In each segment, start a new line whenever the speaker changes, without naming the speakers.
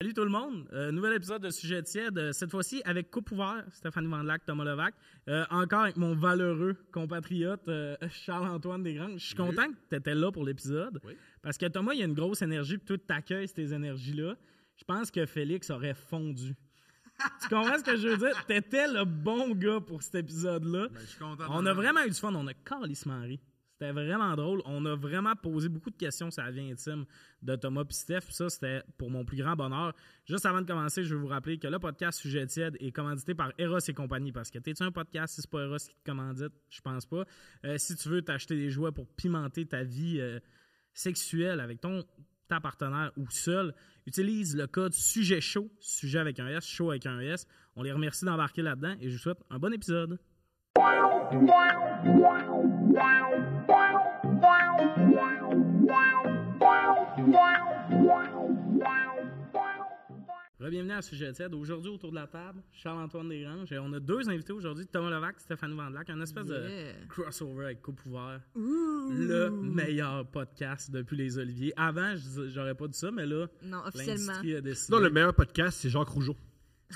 Salut tout le monde. Euh, nouvel épisode de Sujet tiède. euh, Cette fois-ci avec Coupe ouvert, Stéphanie Vandelac, Thomas Levac. Euh, encore avec mon valeureux compatriote euh, Charles-Antoine Desgranges. Je suis
Salut.
content que tu étais là pour l'épisode.
Oui.
Parce que Thomas, il y a une grosse énergie, puis toi, t'accueilles ces énergies-là. Je pense que Félix aurait fondu. tu comprends ce que je veux dire? T'étais le bon gars pour cet épisode-là.
Ben, je suis content.
On a vraiment eu du fun, on a calissement ri. C'était vraiment drôle. On a vraiment posé beaucoup de questions sur la vie intime de Thomas et Steph. Puis Ça, c'était pour mon plus grand bonheur. Juste avant de commencer, je vais vous rappeler que le podcast Sujet tiède est commandité par Eros et compagnie. Parce que t'es-tu un podcast si c'est pas Eros qui te commandite? Je pense pas. Euh, si tu veux t'acheter des jouets pour pimenter ta vie euh, sexuelle avec ton ta partenaire ou seul, utilise le code Sujet Chaud, sujet avec un S, chaud avec un S. On les remercie d'embarquer là-dedans et je vous souhaite un bon épisode. Bienvenue à Sujet 7. Aujourd'hui, autour de la table, Charles-Antoine Desgranges. Et on a deux invités aujourd'hui, Thomas Levac, Stéphanie Vandelac. Un espèce de
Yeah.
crossover avec Coupe Ouvert. Le meilleur podcast depuis les Oliviers. Avant, je dis- j'aurais pas dit ça, mais là,
Non, officiellement.
l'industrie a décidé.
Non, le meilleur podcast, c'est Jacques Rougeau.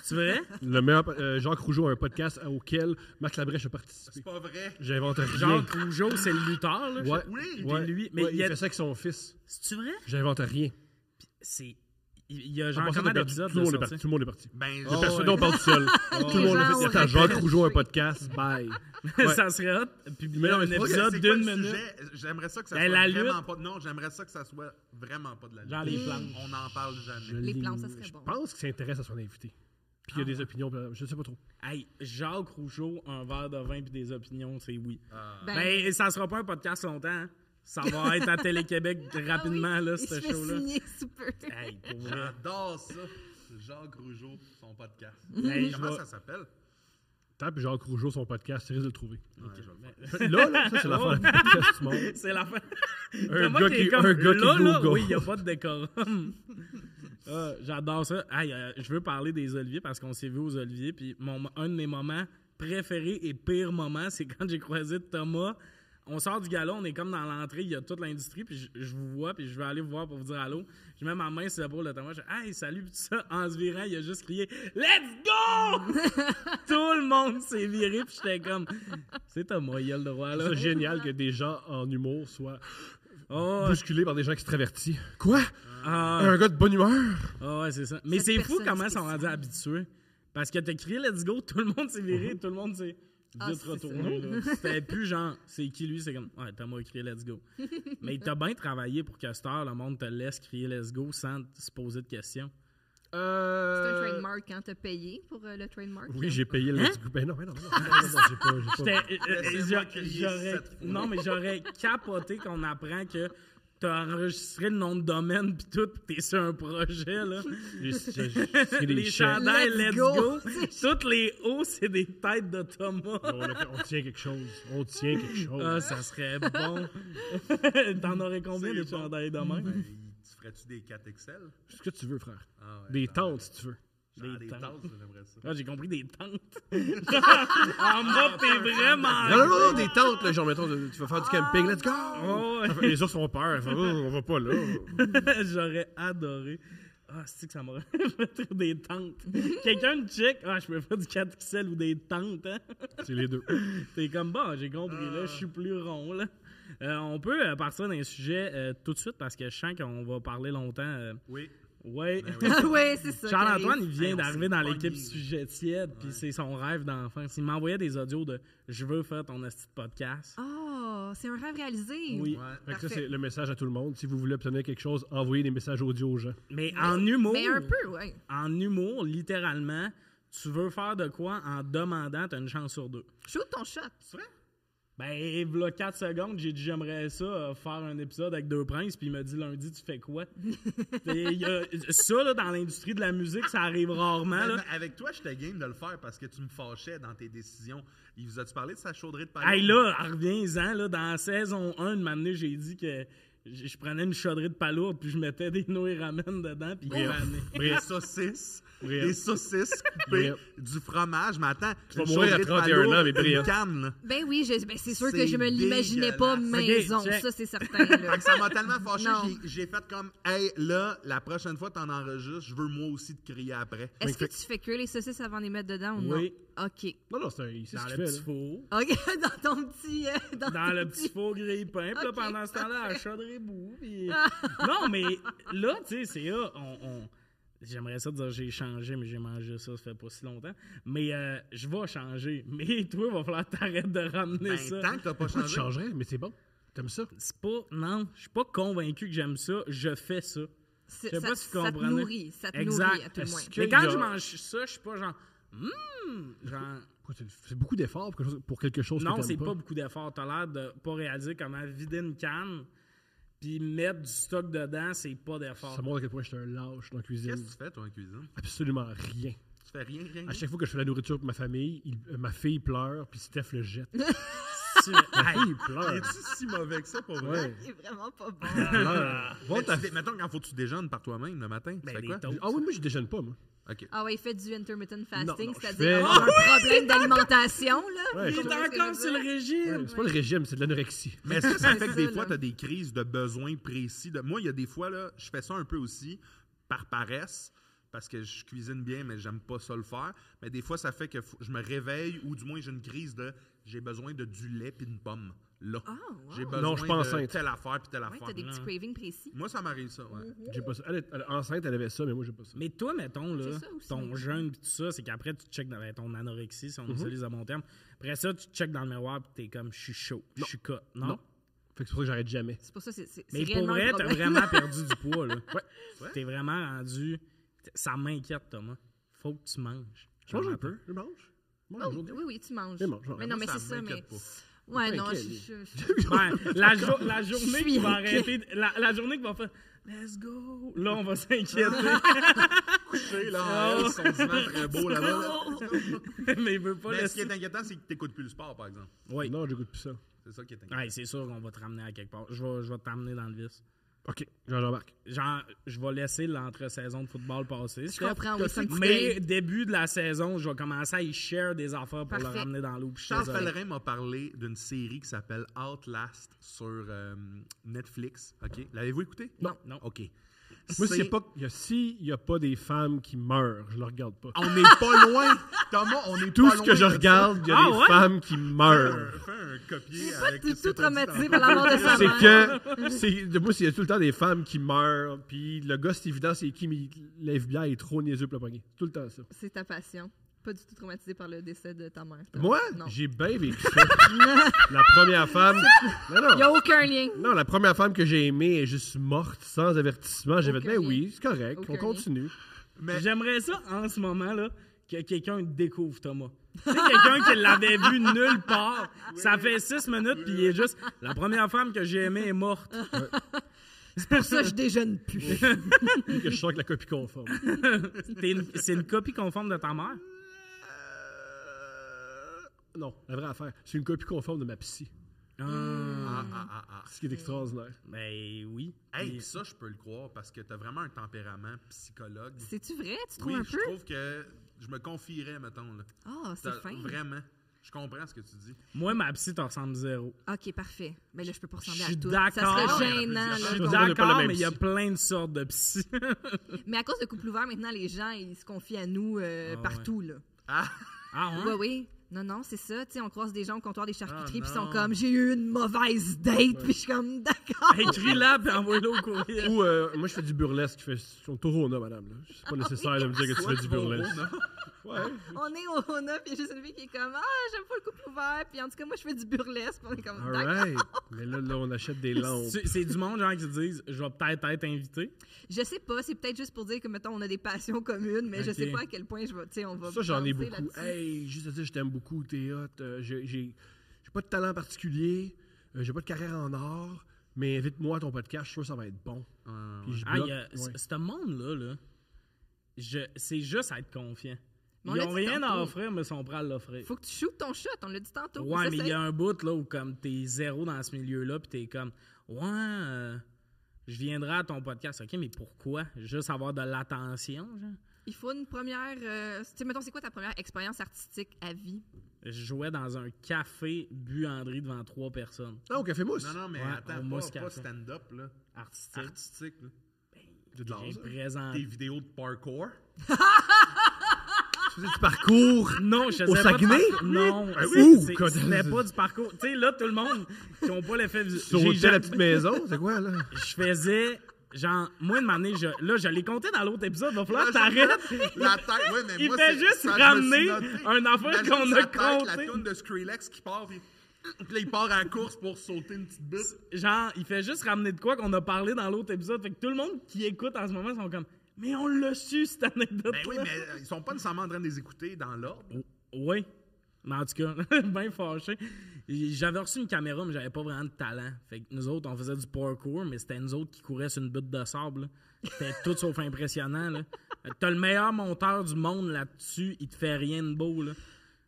C'est vrai?
Le meilleur, euh, Jacques Rougeau a un podcast auquel Marc Labrèche a participé.
C'est pas vrai.
J'invente rien.
Jacques Rougeau, c'est le lutteur, là.
ouais,
Oui,
ouais,
lui, mais
ouais,
il
il,
y a-
fait ça avec son fils.
C'est-tu vrai?
J'invente rien.
C'est... Il y a
En
genre
passant,
combien
Ah, t'as perdu-
d'épisodes
tout, le
de
monde est
sortie?
parti, tout le monde est parti.
Ben,
J'ai
Oh,
personne,
ouais.
on parle tout seul. tout le monde
gens
a fait
auraient
c'est à Jacques
triché.
Rougeau un podcast. Bye.
ça serait hot. Puis
Mais non,
un
mais c'est pas que-
épisode
c'est quoi
d'une
le
minute.
sujet? J'aimerais ça que ça
Ben,
soit
la
vraiment
lutte.
pas. Non, j'aimerais ça que ça soit vraiment pas de la lutte. Mm.
Genre les planches.
On n'en parle
Je
jamais.
Les
l'ai-
plans, ça serait
Je
bon.
pense qu'il s'intéresse à son invité. Puis il y a des opinions, euh, je sais pas trop.
Hey, Jacques Rougeau, un verre de vin puis des opinions, c'est oui.
Ben,
Ben, ça sera pas un podcast longtemps. hein. Ça va être à Télé-Québec
ah oui,
rapidement, là,
il se
ce
fait
show-là. Euh,
signer sous peu.
Hey, pour vrai.
J'adore ça. Jacques Rougeau, son podcast.
Ben, je
Comment
vais-
ça s'appelle?
Tape Jacques Rougeau son podcast, tu risques de le trouver. Oh.
Ouais, je vais le
Ben,
faire.
Là, là, ça, c'est l'affaire la plus podcast du monde.
C'est la fin.
Un
Thomas
gars
est
qui-
comme,
un gars qui
là, là,
Google.
oui, il n'y a pas de décorum. Ah, J'adore ça. Hey, euh, je veux parler des oliviers parce qu'on s'est vu aux oliviers. Puis mon, un de mes moments préférés et pires moments, c'est quand j'ai croisé Thomas. On sort du galon, on est comme dans l'entrée, il y a toute l'industrie, puis je, je vous vois, puis je vais aller vous voir pour vous dire allô. Je mets ma main sur l'épaule de Thomas, je dis « Hey, salut », puis tout ça, en se virant, il a juste crié « Let's go! » Tout le monde s'est viré, puis j'étais comme « C'est Thomas, il a le droit, là.
C'est génial que des gens en humour soient
Oh,
bousculés par des gens extravertis. Quoi?
ah,
Un gars de bonne humeur?
Ah ouais, c'est ça. Mais
Cette
c'est fou
personne
comment ils sont
spéciale.
rendus habitués. Parce que t'as crié Let's go, tout le monde s'est viré, tout le monde s'est
Ah,
vite
c'est
retourné. là. C'était plus genre, c'est qui lui, c'est comme, ouais, t'as moi crié Let's go. Mais t'as bien travaillé pour que cette heure, le monde te laisse crier Let's go sans te- se poser de questions.
C'est un
Euh...
trademark quand t'as payé pour euh, le trademark.
Oui,
là.
j'ai payé le
Hein?
Let's Go. Ben non, ben non, ben non, ben non, ben non, j'ai pas- j'ai pas-
J'étais- euh, euh,
Laissez-moi
j'a-
crier
j'aurais-
sept fois.
Non, mais j'aurais capoté qu'on apprend que t'as enregistré le nom de domaine puis tout, pis t'es sur un projet, là.
j'ai- j'ai- j'ai- c'est des
les
chèques.
chandails
Let's
Let's go.
go.
Toutes les hauts, c'est des têtes de Thomas.
On, a- on tient quelque chose. On tient quelque chose.
Ah, ça serait bon. T'en aurais combien
C'est
des
bon.
chandails demain?
Ben, tu ferais-tu des 4 Excel?
Ce que tu veux, frère.
Ah ouais,
Des
ben,
tentes, si tu veux.
Des
genre Des
tentes.
tentes, j'aimerais ça.
Ah, j'ai compris des tentes. en mode,
Ah,
t'es vraiment.
Non, non, non, des tentes, là, genre, mettons, tu vas faire du camping, let's go!
ah.
Oh,
Les ours ont peur, ils font, Oh, on va pas là.
J'aurais adoré. Ah, c'est que ça m'aurait fait des tentes. Quelqu'un me check. Ah, je peux faire du 4 XL ou des tentes, hein?
C'est les deux.
T'es comme bon, j'ai compris, là, je suis plus rond, là. Euh, on peut euh, partir d'un sujet euh, tout de suite parce que je sens qu'on va parler longtemps. euh,
Oui.
ouais.
Ben oui.
Ah oui, c'est ça.
Charles-Antoine,
qui
il vient
Hey, on
d'arriver
s'est
dans
pogné,
l'équipe
là.
Sujet Tiède, puis
Ouais.
c'est son rêve d'enfance. Il m'envoyait des audios de Je veux faire ton esti de podcast.
arrive. Oh, c'est un rêve réalisé.
Oui.
Ouais.
Fait que ça,
Parfait.
c'est le message à tout le monde. Si vous voulez obtenir quelque chose, envoyez des messages audio aux gens.
Mais en humour,
Mais un peu, oui.
en humour, littéralement, tu veux faire de quoi en demandant, t'as une chance sur deux.
Shoot ton shot.
C'est vrai?
Ben, v'là 4 secondes, j'ai dit j'aimerais ça euh, faire un épisode avec deux princes, puis il m'a dit lundi, tu fais quoi? Et il y a- ça, là, dans l'industrie de la musique, ça arrive
Hein,
rarement.
Ben,
Là.
ben, Avec toi, j'étais game de le faire parce que tu me fâchais dans tes décisions. Il vous a-tu parlé de sa chauderie de paille?
Hey là, reviens-en, là, dans saison 1 de m'amener, j'ai dit que je je prenais une chaudrée de palourde, puis je mettais des nouilles ramen dedans, puis
Des-
il ramait.
Des saucisses.
Brief.
Des saucisses coupées.
Brief.
Du fromage. Mais attends, tu
vas mourir à 31 ans, mais
une
Brief.
canne, là.
Ben oui, je- ben c'est sûr que
C'est
je me l'imaginais pas
dégueulasse.
maison,
Ok, check.
ça c'est certain. là.
Fait que ça m'a tellement fâché,
Non.
j'ai- j'ai fait comme, hey, là, la prochaine fois que t'en enregistres, je veux moi aussi te crier après.
Est-ce que tu fais cuire les saucisses avant de les mettre dedans ou non?
Oui.
OK.
Non, non, c'est un. il sait
Dans
ce
le
qu'il fait,
petit
là.
four.
OK, dans ton petit... euh, dans
Dans
ton
le petit four grille-pain. Puis là,
Ok,
pendant ce temps-là, la chaudrée boue. puis- non, mais là, tu sais, c'est là, on... on- J'aimerais ça dire j'ai changé, mais j'ai mangé ça, ça fait pas si longtemps. Mais euh, je vais changer. Mais toi, il va falloir que t'arrêtes de ramener
Ben,
ça.
tant que t'as pas
Pourquoi tu
changé.
changerais? Mais c'est bon. T'aimes ça?
C'est pas... Non, je suis pas convaincu que j'aime ça. Je fais ça.
C'est-
Je sais
ça-
pas si tu
ça te
comprenais.
nourrit, ça te
exact.
nourrit à tout le
Est-ce
moins.
que Mais
il y
quand
a-
je mange ça, je suis pas genre... Hum! Genre...
Pourquoi tu le- C'est beaucoup d'efforts pour quelque chose, pour quelque chose que
Non,
t'aimes
c'est pas. beaucoup d'efforts. T'as l'air de pas réaliser comment vider une canne puis mettre du stock dedans, c'est pas d'effort.
Ça montre à quel point j'étais un lâche dans
Qu'est-ce
la cuisine.
que tu fais, toi, en cuisine?
Absolument rien.
Tu fais rien, rien. rien?
À chaque fois que je fais la nourriture pour ma famille, il- euh, ma fille pleure, puis Steph le jette.
Tu-
Ma
Hey,
fille pleure.
Es-tu si mauvais que ça, pour vrai?
Ouais.
C'est vraiment pas bon.
pleure.
Mais tu dé- Mettons, quand faut que tu déjeunes par toi-même le matin, tu
Ben,
fais
des
quoi?
toasts.
Ah oui, moi, je déjeune pas, moi.
OK.
Ah ouais, il fait du intermittent
Non,
fasting,
non, je fais-
c'est-à-dire on a
Ah
un problème d'alimentation, là.
Ouais,
Il
je-
est encore sur le régime!
C'est pas le régime, c'est de l'anorexie.
Mais est-ce que ça fait
C'est
que des
ça,
fois,
là.
tu as des crises de besoins précis? De... Moi, il y a des fois, là, je fais ça un peu aussi par paresse, parce que je cuisine bien, mais j'aime pas ça le faire. Mais des fois, ça fait que faut- je me réveille ou du moins j'ai une crise de j'ai besoin de du lait puis une pomme. Là.
Ah, wow.
J'ai
Non,
besoin
je suis pas
de
enceinte.
telle affaire puis telle
Ouais,
affaire.
t'as des petits Mm-hmm.
Non.
cravings précis.
Moi, ça m'arrive ça. ouais.
J'ai pas ça. Elle, est- elle est enceinte, elle avait ça, mais moi, j'ai pas ça.
Mais toi, mettons, là,
C'est ça aussi.
ton jeûne pis tout ça, c'est qu'après, tu te checkes dans ben, ton anorexie, si on utilise à bon terme. Après ça, tu te checkes dans le miroir pis t'es comme, je suis chaud, je suis cut. Non?
Non. Fait que c'est pour ça que j'arrête jamais.
C'est pour ça que c'est- c'est c'est
Mais pour
réellement un
vrai, t'as
problème.
vraiment perdu du poids, là.
Ouais.
T'es vraiment rendu. Ça m'inquiète, Thomas. Faut que tu manges.
Je mange un peu. Je mange. Je mange
Oh,
aujourd'hui.
oui, oui, tu manges.
Je mange, je mange.
mais non, mais
Moi,
c'est
ça
ça, mais...
m'inquiète
Ouais,
Pas
non, je...
inquiet, lui.
je- je-
Ben, la, jo- la journée
Je suis
qui va
inquiet.
arrêter, de- la, la journée qui va faire Let's go! Là, on va s'inquiéter,
Couché,
Ah,
là, ils sont vraiment très beaux là-bas.
mais il veut pas
Mais ce
laisser.
qui est inquiétant, c'est que tu n'écoutes plus le sport, par exemple.
Oui.
Non, j'écoute plus ça.
C'est ça qui est inquiétant.
Ouais, c'est sûr qu'on va te ramener à quelque part. Je vais, je vais t'amener dans le vice.
OK, j'embarque.
Genre, je vais laisser l'entre-saison de football passer.
Je
Steph.
comprends, oui, c'est un petit
Mais
deuil.
début de la saison, je vais commencer à y share des affaires pour le
Parfait.
ramener dans l'eau. puis je te
Charles
dirai.
Pellerin m'a parlé d'une série qui s'appelle Outlast sur euh, Netflix. OK. L'avez-vous écouté?
Non. Non.
OK.
Moi, s'il n'y a, pas- il y a- s'il y a pas des femmes qui meurent, je le regarde pas.
On n'est pas loin. Thomas, on est
Tout
Ah, pas
ce
loin
que je
de ça. Euh,
regarde, il y a
Ah
des
ouais?
femmes qui meurent.
Fais un copier
J'ai pas
avec
du
ce que
tout
t'as dit
traumatisé
tantôt.
par la mort de sa
c'est
mère.
que c'est de moi il y a tout le temps des femmes qui meurent puis le gars c'est évident c'est qui mais l'FBI est trop niaiseux pour le pogner tout le temps ça
C'est ta passion. Pas du tout traumatisé par le décès de ta mère. toi.
moi
Non.
j'ai bien vécu ça la première femme non
Il a
non
aucun lien.
non la première femme que j'ai aimée est juste morte sans avertissement j'avais
Aucun
fait ben
lien.
oui c'est correct
Aucun
on continue
Mais
J'aimerais ça en ce moment là que quelqu'un découvre Thomas. Tu sais, quelqu'un qui l'avait vu nulle part. Ça fait six minutes puis il est juste la première femme que j'ai aimée est morte.
Pour ça, je déjeune plus.
Vu que je sors avec la copie conforme
T'es une- C'est une copie conforme de ta mère.
non la vraie affaire c'est une copie conforme de ma psy
Ah,
Ah, ah, ah, ah.
ce qui est extraordinaire
ben oui.
Hey,
Puis-
ça, je peux le croire parce que t'as vraiment un tempérament psychologue.
C'est-tu vrai? Tu trouves
Oui,
un
je
peu?
trouve que je me confierais, mettons. Là.
Ah, c'est
T'as-
fin.
Vraiment. Je comprends ce que tu dis.
Moi ma psy t'en ressemble zéro.
OK, parfait. Mais là, je peux pas ressembler
Je suis
à tout. Ça
d'accord.
serait gênant.
Je
là.
Je suis
On n'a pas la
d'accord,
même
mais il y a
psy.
plein de sortes de psy.
Mais à cause de couple ouvert, maintenant, les gens, ils se confient à nous euh,
Ah,
partout, là.
Ah!
Ah
Oui,
hein?
ouais.
oui. Non, non, c'est ça. Tu sais, on croise des gens au comptoir des charcuteries,
Ah,
puis ils sont
non.
comme, j'ai eu une mauvaise date, puis je suis comme, d'accord.
Écris-la puis envoie-la au courrier.
ou euh, moi je fais du burlesque je fais son taureau là madame là. c'est pas nécessaire de me dire que tu fais du burlesque ouais
On est au Rona, puis il y a juste une fille qui est comme, ah, j'aime pas le couple ouvert, puis en tout cas, moi, je fais du burlesque, puis on est comme,
All
d'accord.
right. Mais là, là, on achète des lampes.
C'est c'est du monde genre qui se disent je vais peut-être être invité.
Je sais pas, c'est peut-être juste pour dire que, mettons, on a des passions communes, mais je
Ok.
sais pas à quel point je vais, tu sais, on va.
Ça, j'en ai
danser
beaucoup.
là-dessus.
Hey, juste à dire, je t'aime beaucoup, t'es hot. Euh, j'ai, j'ai, j'ai pas de talent particulier, euh, j'ai pas de carrière en or, mais invite-moi à ton podcast, je suis sûr que ça va être bon.
Euh,
Puis je
Ah,
bloque,
il y a-
ouais.
c- ce monde-là, là, je- c'est juste à être confiant.
Mais on
Ils
l'a
n'ont
dit
rien à
tantôt.
offrir, mais ils sont prêts à l'offrir.
Faut que tu shootes ton shot, on l'a dit tantôt.
Ouais,
Ça,
mais il y
c'est-
a un bout là où comme t'es zéro dans ce milieu-là, puis t'es comme ouais, euh, Je viendrai à ton podcast. OK, mais pourquoi? Juste avoir de l'attention, genre?
Il faut une première. euh, tu sais, mettons, c'est quoi ta première expérience artistique à vie?
Je jouais dans un café buanderie devant trois personnes.
Ah, au Café Mousse.
Non, non, mais
Ouais, on
attends,
mousse
pas, pas
café.
stand-up, là.
Artistique.
Artistique, là.
de l'art,
J'ai
ça.
présenté.
Des vidéos de parkour.
Tu faisais du parcours.
Non, je faisais
Au
pas de
Saguenay?
parcours. Non,
Ah
c'est-
oui?
c'est-
Ouh,
c'était
God.
pas du parcours. Tu sais, là, tout le monde qui ont pas l'effet
Sur
visuel.
la petite maison, c'est quoi, là?
Je faisais, genre, moi, une année, je, là, je l'ai compté dans l'autre épisode. Va falloir que Ah,
Ah,
t'arrêtes.
La tête, ouais, mais
Il
moi,
fait
c'est-
juste
ça, je me suis
ramener
noté.
un affaire
Imagine
qu'on
sa
a
tête,
compté.
La toune de Skrillex qui part, puis puis là, il part à la course pour sauter une petite bite.
Genre, il fait juste ramener de quoi qu'on a parlé dans l'autre épisode. Fait que tout le monde qui écoute en ce moment sont comme, mais on l'a su, cette anecdote.
Ben oui, mais euh, ils sont pas nécessairement en train de les écouter dans l'ordre.
Oui. Mais en tout cas, bien fâché. J'avais reçu une caméra, mais j'avais pas vraiment de talent. Fait que nous autres, on faisait du parkour, mais c'était nous autres qui couraient sur une butte de sable. là. C'était tout sauf impressionnant. Là. Fait que T'as le meilleur monteur du monde là-dessus, il te fait rien de beau. Là.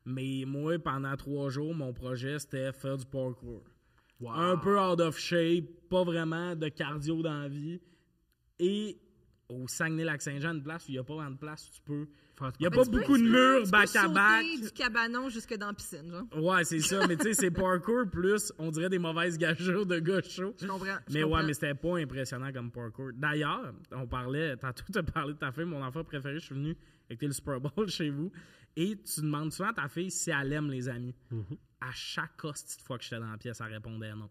Mais moi, pendant trois jours, mon projet, c'était faire du parkour. Un peu out of shape, pas vraiment de cardio dans la vie. Et au Saguenay-Lac-Saint-Jean, une place où il n'y a pas vraiment de place où tu peux.
Faire du
Il n'y a
Ben,
pas
tu peux-
beaucoup de
tu peux-
murs
tu peux
back-à-back.
sauter du cabanon jusque dans la piscine, genre.
Ouais, c'est ça. Mais tu sais, c'est parkour plus, on dirait des mauvaises gageures de gars chauds.
Je comprends. je
Mais ouais,
comprends.
mais c'était pas impressionnant comme parkour. D'ailleurs, on parlait, tantôt tu as parlé de ta fille, mon enfant préféré, je suis venu écouter le Super Bowl chez vous. Et tu demandes souvent à ta fille si elle aime les amis. À chaque hostie de fois que j'étais dans la pièce, elle répondait non.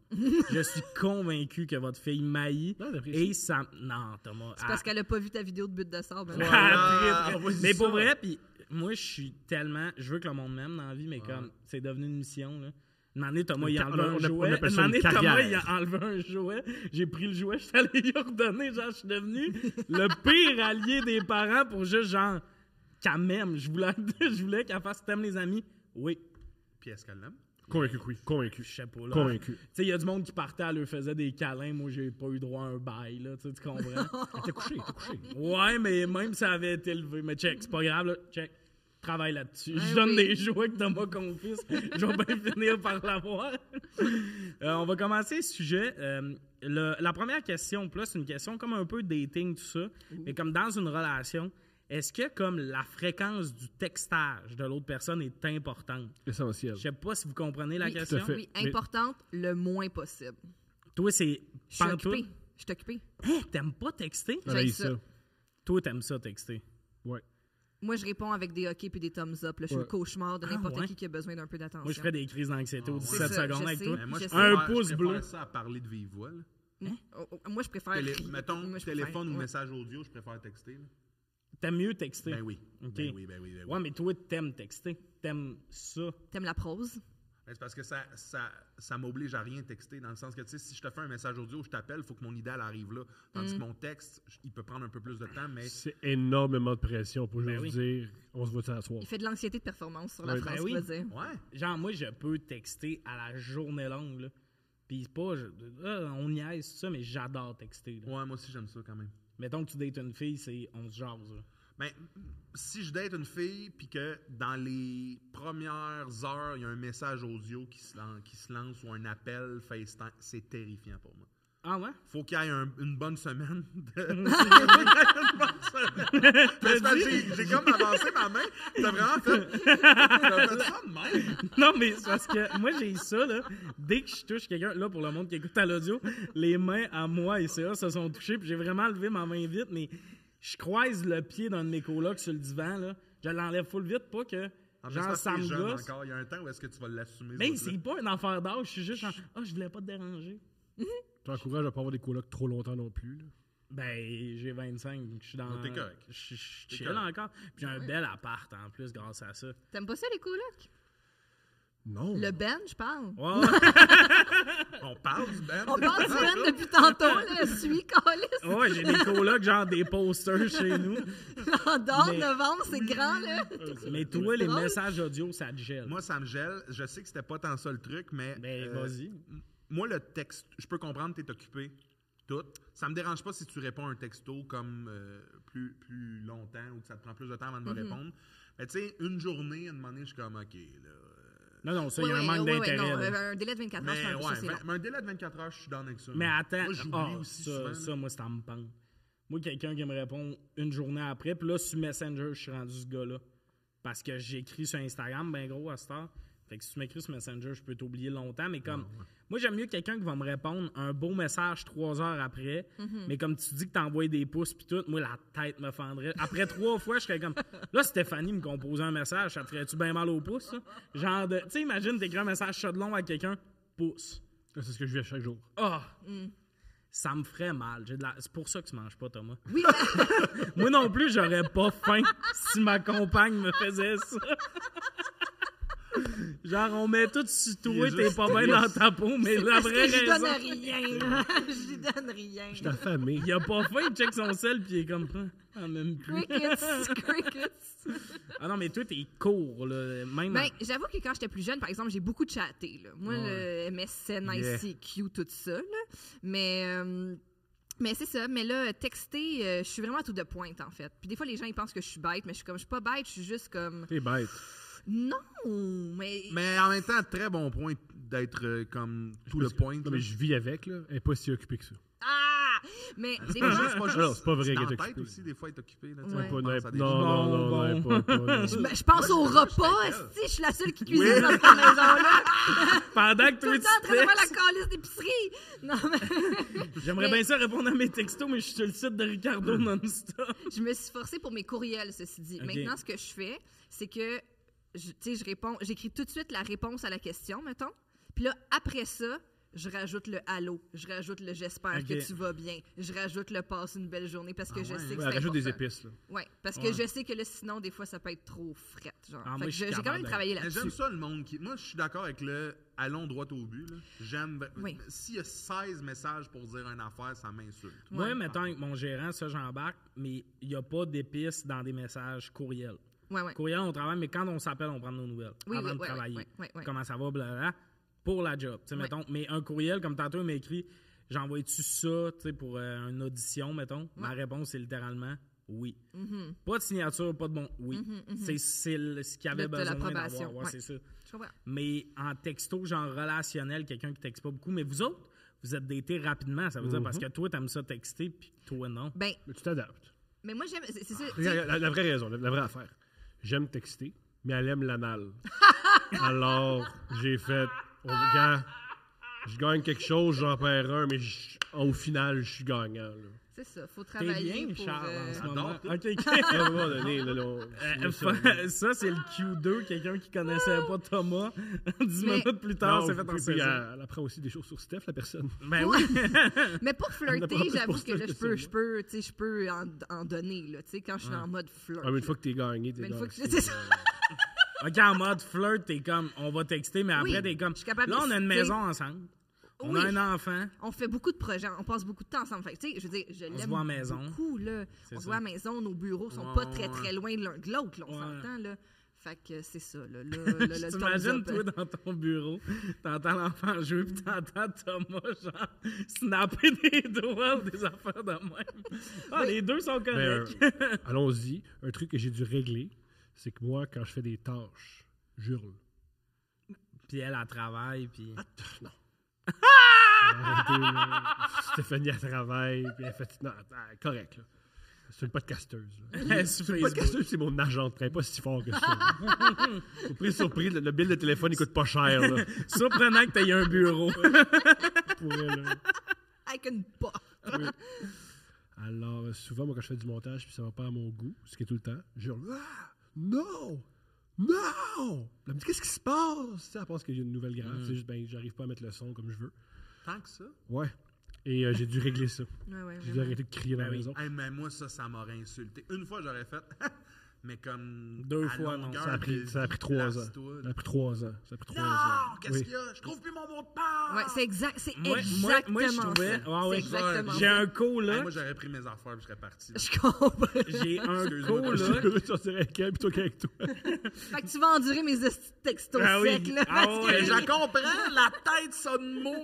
je suis convaincu que votre fille maillit.
Non, elle apprécie.
Et ça. Non, Thomas.
C'est parce qu'elle a pas vu ta vidéo de but de sable. hein.
elle-
alors.
Ah,
elle-
on va dire
Mais
ça.
pour vrai, puis moi, je suis tellement. Je veux que le monde m'aime dans la vie, mais comme c'est devenu une mission, là. Une année, Thomas, il a
On
enlevé
a- on
un
a- on
jouet.
appelle
Une
ça une
année, Thomas,
carrière.
il a enlevé un jouet. J'ai pris le jouet, je suis allé lui redonner. Genre, je suis devenu le pire allié des parents pour juste, genre, quand même, je voulais, je voulais qu'elle fasse t'aimes les amis. Oui.
Puis est-ce qu'elle l'aime?
Convaincu, oui. Convaincu.
Je sais pas, là.
Convaincu.
Tu sais, il y a du monde qui partait, elle leur faisait des câlins. Moi, j'ai pas eu droit à un bail, là. Tu sais, tu comprends?
Elle était couchée, elle était couchée.
Ouais, mais même si ça avait été levé. Mais check, c'est pas grave, là. Check. Travaille là-dessus.
Ben
je donne
oui.
des jouets que Thomas confisque. je vais bien finir par l'avoir. Euh, on va commencer le sujet. Euh, le- la première question, puis là, c'est une question comme un peu dating, tout ça. Mais comme dans une relation, est-ce que comme la fréquence du textage de l'autre personne est importante?
Essentiel.
Je sais pas si vous comprenez la
Oui, tout à
question.
fait.
Oui,
Mais-
importante, le moins possible.
Toi, c'est
Je suis
pantoute.
occupée. Je suis occupée.
Hein, T'aimes pas texter?
Elle a eu
ça.
Toi, t'aimes ça texter.
Ouais.
Moi, je réponds avec des hockey puis des thumbs up. là. Je suis
Ouais.
le cauchemar de
Ah,
n'importe
ouais?
qui qui a besoin d'un peu d'attention.
Moi, je ferais des crises d'anxiété aux
Ah, ouais.
17
C'est ça,
secondes
je
avec
sais.
toi.
Mais moi, je
Un
préfère,
pouce
je préfère
bleu.
ça à parler de vive voix. là.
Oh, oh, Moi, je préfère.
Télé-
rire.
mettons,
Moi, je préfère-
téléphone ou
ouais.
message audio, je préfère texter. là.
T'aimes mieux texter.
Ben oui.
Ok.
Ben oui, ben oui, ben oui.
Ouais, mais toi, t'aimes texter. T'aimes ça.
T'aimes la prose?
Ben, c'est parce que ça, ça, ça m'oblige à rien texter, dans le sens que, tu sais, si je te fais un message audio, je t'appelle, il faut que mon idéal arrive là. Tandis que mon texte, je- il peut prendre un peu plus de temps, mais
C'est énormément de pression pour
Ben
juste dire on se voit-tu à soir.
Il fait de l'anxiété de performance sur la
Ouais,
phrase,
ben
tu vas
oui.
dire.
ouais.
Genre, moi, je peux texter à la journée longue. Là. Puis c'est pas, je- ah, on niaise, tout ça, mais j'adore texter. là.
Ouais, moi aussi, j'aime ça quand même.
Mettons que tu dates une fille, c'est on se jase. là.
Ben, si je date une fille, puis que dans les premières heures, il y a un message audio qui se lan- qui se lance ou un appel FaceTime, c'est terrifiant pour moi.
Ah ouais?
faut qu'il y ait un- une bonne semaine. De... Faut qu'il y ait une bonne semaine. Mais c'est parce que j'ai- J'ai comme avancé ma main. T'as vraiment fait. T'as fait ça de même.
Non, mais c'est parce que moi, j'ai ça, là. Dès que je touche quelqu'un, là, pour le monde qui écoute à l'audio, les mains à moi et CA se sont touchées, puis j'ai vraiment levé ma main vite, mais je croise le pied d'un de mes colocs sur le divan, là. Je l'enlève full vite, pas que.
En plus,
Genre,
Ah, parce que
ça
t'es
me
jeune
gosse.
encore. Il y a un temps où est-ce que tu vas l'assumer.
Mais
ça,
Ben, c'est pas une affaire d'âge, je suis juste genre, ah, je voulais pas te déranger.
Je t'encourage à pas avoir des colocs trop longtemps non plus. là.
Ben, j'ai 25, je suis dans.
Oh, t'es correct.
Je je- je
T'es
chill
correct.
encore. Puis j'ai un bel appart en plus grâce à ça.
T'aimes pas ça, les colocs?
Non.
Le Ben, je parle.
Ouais,
là. On parle du band.
On parle du Ben depuis tantôt, là. Suis, Calis.
ouais, j'ai des colocs, genre des posters chez nous.
L'endor,
Mais-
novembre, c'est grand, là.
Mais toi, les
drôle.
messages audio, ça te gèle.
Moi, ça me gèle. Je sais que c'était pas tant ça le truc, mais.
ben,
euh,
vas-y.
Moi, le texte, je peux comprendre, t'es occupé. Tout. Ça me dérange pas si tu réponds à un texto comme euh, plus, plus
Mm-hmm.
longtemps ou que ça te prend plus de temps avant de me répondre. Mais tu sais, une journée, à un moment donné, je suis comme, OK, là. euh,
Non, non, ça, il
Oui,
y a un
oui,
manque
oui, oui,
d'intérêt.
non,
là. ben,
euh, un délai de 24 heures, Ah, c'est
Mais
un- ça,
ouais,
c'est long.
mais un délai de 24 heures, je suis down avec ça.
Mais
moi.
attends,
Moi, j'oublie
ah,
aussi
ça,
souvent. là.
ça, moi, ça me pente. Moi, quelqu'un qui me répond une journée après, puis là, sur Messenger, je suis rendu ce gars-là. Parce que j'écris sur Instagram, ben gros, à cette heure. Fait que si tu m'écris sur Messenger, je peux t'oublier longtemps, mais comme...
Ah,
Moi, j'aime mieux quelqu'un qui va me répondre un beau message trois heures après, mais comme tu dis que t'envoies des pouces puis tout, moi, la tête me fendrait. Après trois fois, je serais comme... Là, Stéphanie me composait un message, ça te ferait-tu bien mal au pouce, ça? Genre de... Tu sais, imagine, t'écris un message chaud de long à quelqu'un, pouce.
C'est ce que je vis à chaque jour.
Ah!
Mm.
Ça me ferait mal. J'ai de la- C'est pour ça que tu manges pas, Thomas.
Oui,
Moi non plus, j'aurais pas faim si ma compagne me faisait ça. Genre, on met tout sur toi,
juste
t'es pas bien dans ta peau, mais la
parce
vraie
que je donne
raison.
rien. Je lui donne rien.
Je suis affamé.
Il a pas faim, il check son sel, puis il est comme ça. Ah, même plus.
Crickets, crickets.
Ah non, mais toi, t'es court, là. Même.
Ben, j'avoue que quand j'étais plus jeune, par exemple, j'ai beaucoup chatté. Là. Moi, le MSN,
Yeah.
ICQ, tout ça. Là. Mais, euh, mais c'est ça. Mais là, texter, euh, je suis vraiment à tout de pointe, en fait. Puis des fois, les gens, ils pensent que je suis bête, mais je suis comme, je suis pas bête, je suis juste comme,
T'es bête.
non, mais...
Mais en même temps, très bon point d'être euh, comme tout le point.
Non, mais je vis avec, là. Elle est pas si occupée que ça.
Ah! Mais des
pas
fois,
juste- pas juste-
Alors, c'est pas vrai
c'est
qu'elle
dans
est
la tête
occupée.
aussi, des fois, elle est occupée. là, tu sais,
Ouais.
Pas
on
non,
pense à des-
non, non, non, elle est pas- pas- non.
je, je pense au
Moi, je-
repas,
je suis
si je suis la seule qui cuisine dans cette maison-là.
Pendant que
Tout
toi,
le temps en
tu
train de faire
textes,
la calice d'épicerie. Non, mais...
J'aimerais bien ça répondre à mes textos, mais je suis sur le site de Ricardo non-stop.
je me suis forcée pour mes courriels, ceci dit.
Ok.
Maintenant, ce que je fais, c'est que, je- tu sais, je réponds, j'écris tout de suite la réponse à la question, mettons. Puis là, après ça, je rajoute le allô, je rajoute le j'espère
Ok.
que tu vas bien, je rajoute le passe une belle journée parce que
Ah
je
ouais,
sais
hein?
que
Elle
c'est
rajoute des
important.
épices, là.
Ouais, parce que
Ouais.
je sais que là, sinon, des fois, ça peut être trop frette. Genre.
Ah, moi,
Fait que
je suis
j'ai j'ai quand
capable
même
de-
travaillé
Mais
là-dessus.
j'aime ça le monde qui. Moi, je suis d'accord avec le allons droit au but. là. J'aime.
Oui.
S'il y a 16 messages pour dire une affaire, ça m'insulte.
Moi,
Ouais.
mettons, avec mon gérant, ça, j'embarque, mais il n'y a pas d'épices dans des messages courriels.
Ouais, ouais.
Courriel, on travaille, mais quand on s'appelle, on prend nos nouvelles
Oui,
avant
oui,
de
oui,
travailler.
oui, oui, oui.
Comment ça va, blablabla, pour la job. tu sais,
Oui.
mettons, mais un courriel, comme tantôt, il m'a écrit J'envoie-tu ça tu sais, pour euh, une audition, mettons Ma réponse est littéralement oui.
Mm-hmm.
Pas de signature, pas de bon oui. C'est- C'est le- ce qu'il y avait
Le- Mm-hmm, de
besoin d'avoir.
l'approbation,
Ouais,
ouais.
c'est ça.
Je comprends.
Mais en texto, genre relationnel, quelqu'un qui texte pas beaucoup. Mais vous autres, vous êtes datés rapidement, ça veut dire parce que toi, t'aimes ça texter, puis toi, non.
Ben,
Mais tu t'adaptes.
mais moi, j'aime. C'est c'est
Ah,
ça. tu sais,
Regarde, La, la vraie raison, la, la vraie affaire. J'aime texter, mais elle aime l'anal. Alors, j'ai fait. on- quand je gagne quelque chose, j'en perds un, mais je- au final, je suis gagnant. Là.
C'est ça. Faut
T'es
travailler.
bien,
pour,
Charles,
euh,
en ce
J'adore
moment.
tout.
OK, OK.
À un moment donné, là, là, on-
Euh, fa- ça, c'est le Q2, quelqu'un qui connaissait pas Thomas. Dix
Mais-
minutes plus tard,
Non,
c'est fait en
puis- puis
saison.
elle, elle apprend aussi des choses sur Steph, la personne.
Ben oui,
Mais pour
n'a pas
flirter,
plus
j'avoue
pour
que là,
flirter,
je peux,
c'est
je peux, tu sais, je peux en, en donner, là, tu sais, quand je suis en mode flirt.
Ah, mais une fois que t'es gagné, t'es
Mais une fois
gagné.
que c'est ça.
OK, en mode flirt, t'es comme, on va texter, mais après,
Oui,
t'es comme,
je suis capable
là,
de
on a une
citer.
maison ensemble. On
Oui.
a un enfant.
On fait beaucoup de projets, on passe beaucoup de temps ensemble. Fait que, tu sais, je veux dire, je
se
l'aime
voit à maison.
beaucoup, là.
C'est
On
ça.
se voit à la maison, nos bureaux sont
Ouais,
pas très,
ouais.
très loin de l'un de l'autre, là, on
Ouais.
s'entend, là. Fait que c'est ça, là. là, là, là, le
T'imagines,
thumbs
toi,
up,
dans ton bureau, t'entends l'enfant jouer, puis t'entends Thomas, genre, snapper des doigts ou des affaires de même. Ah,
Oui.
les deux sont
Mais, euh,
corrects.
Allons-y. Un truc que j'ai dû régler, c'est que moi, quand je fais des tâches, j'hurle. Ah,
Puis elle, elle travaille, puis...
Non. Arrêtez, là. Stéphanie, elle travaille, puis elle fait. Non, attends, correct, là. C'est une podcasteuse. là.
Elle, sur Facebook.
Une podcasteuse, c'est mon agent, elle est pas si fort que ça. là. surpris, surpris, le, le bill de téléphone, il coûte pas cher, là,
Surprenant que t'aies un bureau.
pour elle, là.
Avec une porte.
Alors, euh, souvent, moi, quand je fais du montage, puis ça va pas à mon goût, ce qui est tout le temps, j'hurle Ah! Non! Non! Elle me dit Qu'est-ce qui se passe? Tu sais, elle pense qu'il y a une nouvelle grave.
Mm.
C'est juste, ben, j'arrive pas à mettre le son comme je veux.
Tant que ça.
Ouais. Et euh, j'ai dû régler ça.
Ouais, ouais,
J'ai dû
vraiment.
arrêter de crier dans la
Ben oui.
maison.
Hey, mais moi, ça, ça m'aurait insulté. Une fois, j'aurais fait. mais comme.
Deux
à
fois, non.
longueur
Ça a
de
pris, ça a pris
vie,
trois ans.
place-toi,
Ça
là.
a pris trois ans. Ça a pris trois ans.
Non! Qu'est-ce
Oui.
qu'il y a? Je trouve plus mon mot de passe!
Ouais, c'est exact, c'est
Moi-
exactement
moi- moi, je trouvais- ah
ça.
ouais, ouais.
C'est exactement
J'ai
ça.
un co,
Hey,
là.
moi, j'aurais pris mes affaires et je serais parti. là.
Je comprends.
J'ai un
Excuse-moi,
co,
t'as
là.
Je veux sortir avec elle plutôt qu'avec toi.
Fait que tu vas endurer mes esti de textos
Ah oui.
secs, là.
Ah
parce que-
ouais,
Mais je la comprends, la tête sonne mot.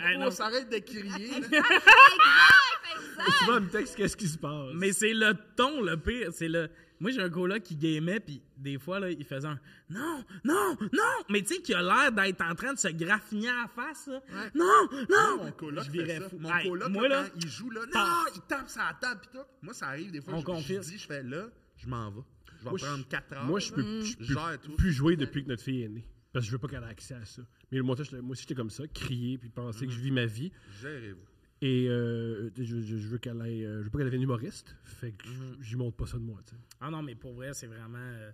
Hey, non.
On s'arrête de crier. là.
Exact, exact.
Souvent, elle me texte Qu'est-ce qui se passe?
Mais c'est le ton, le pire. C'est le. Moi, j'ai un coloc qui gamait, puis des fois, là, il faisait un non, non, non, mais tu sais, qui a l'air d'être en train de se graffiner à la face, là. Non, non,
Mon coloc
Je
fait
virais
ça.
fou.
Mon
Hey,
coloc,
moi,
là,
là,
quand il joue là, non,
paf.
il tape sur la table pis tout. Moi, ça arrive des fois,
On
je, je
confirme.
dis, je fais là, je m'en vais. Je vais
Moi, je-
prendre 4 heures.
Ah, Moi, je peux,
là.
je peux
Je mm, gère tout.
plus jouer depuis que notre fille est née. Parce que je veux pas qu'elle ait accès à ça. Mais moi, ça, j'étais- moi aussi, j'étais comme ça, crier, puis
Mm.
penser que je vis ma vie.
Gérez-vous.
Et euh, je, je- je veux qu'elle aille, euh, je veux pas qu'elle devienne humoriste. Fait que
Mm.
j- j'y montre pas ça de moi, tu sais.
Ah non, mais pour vrai, c'est vraiment euh,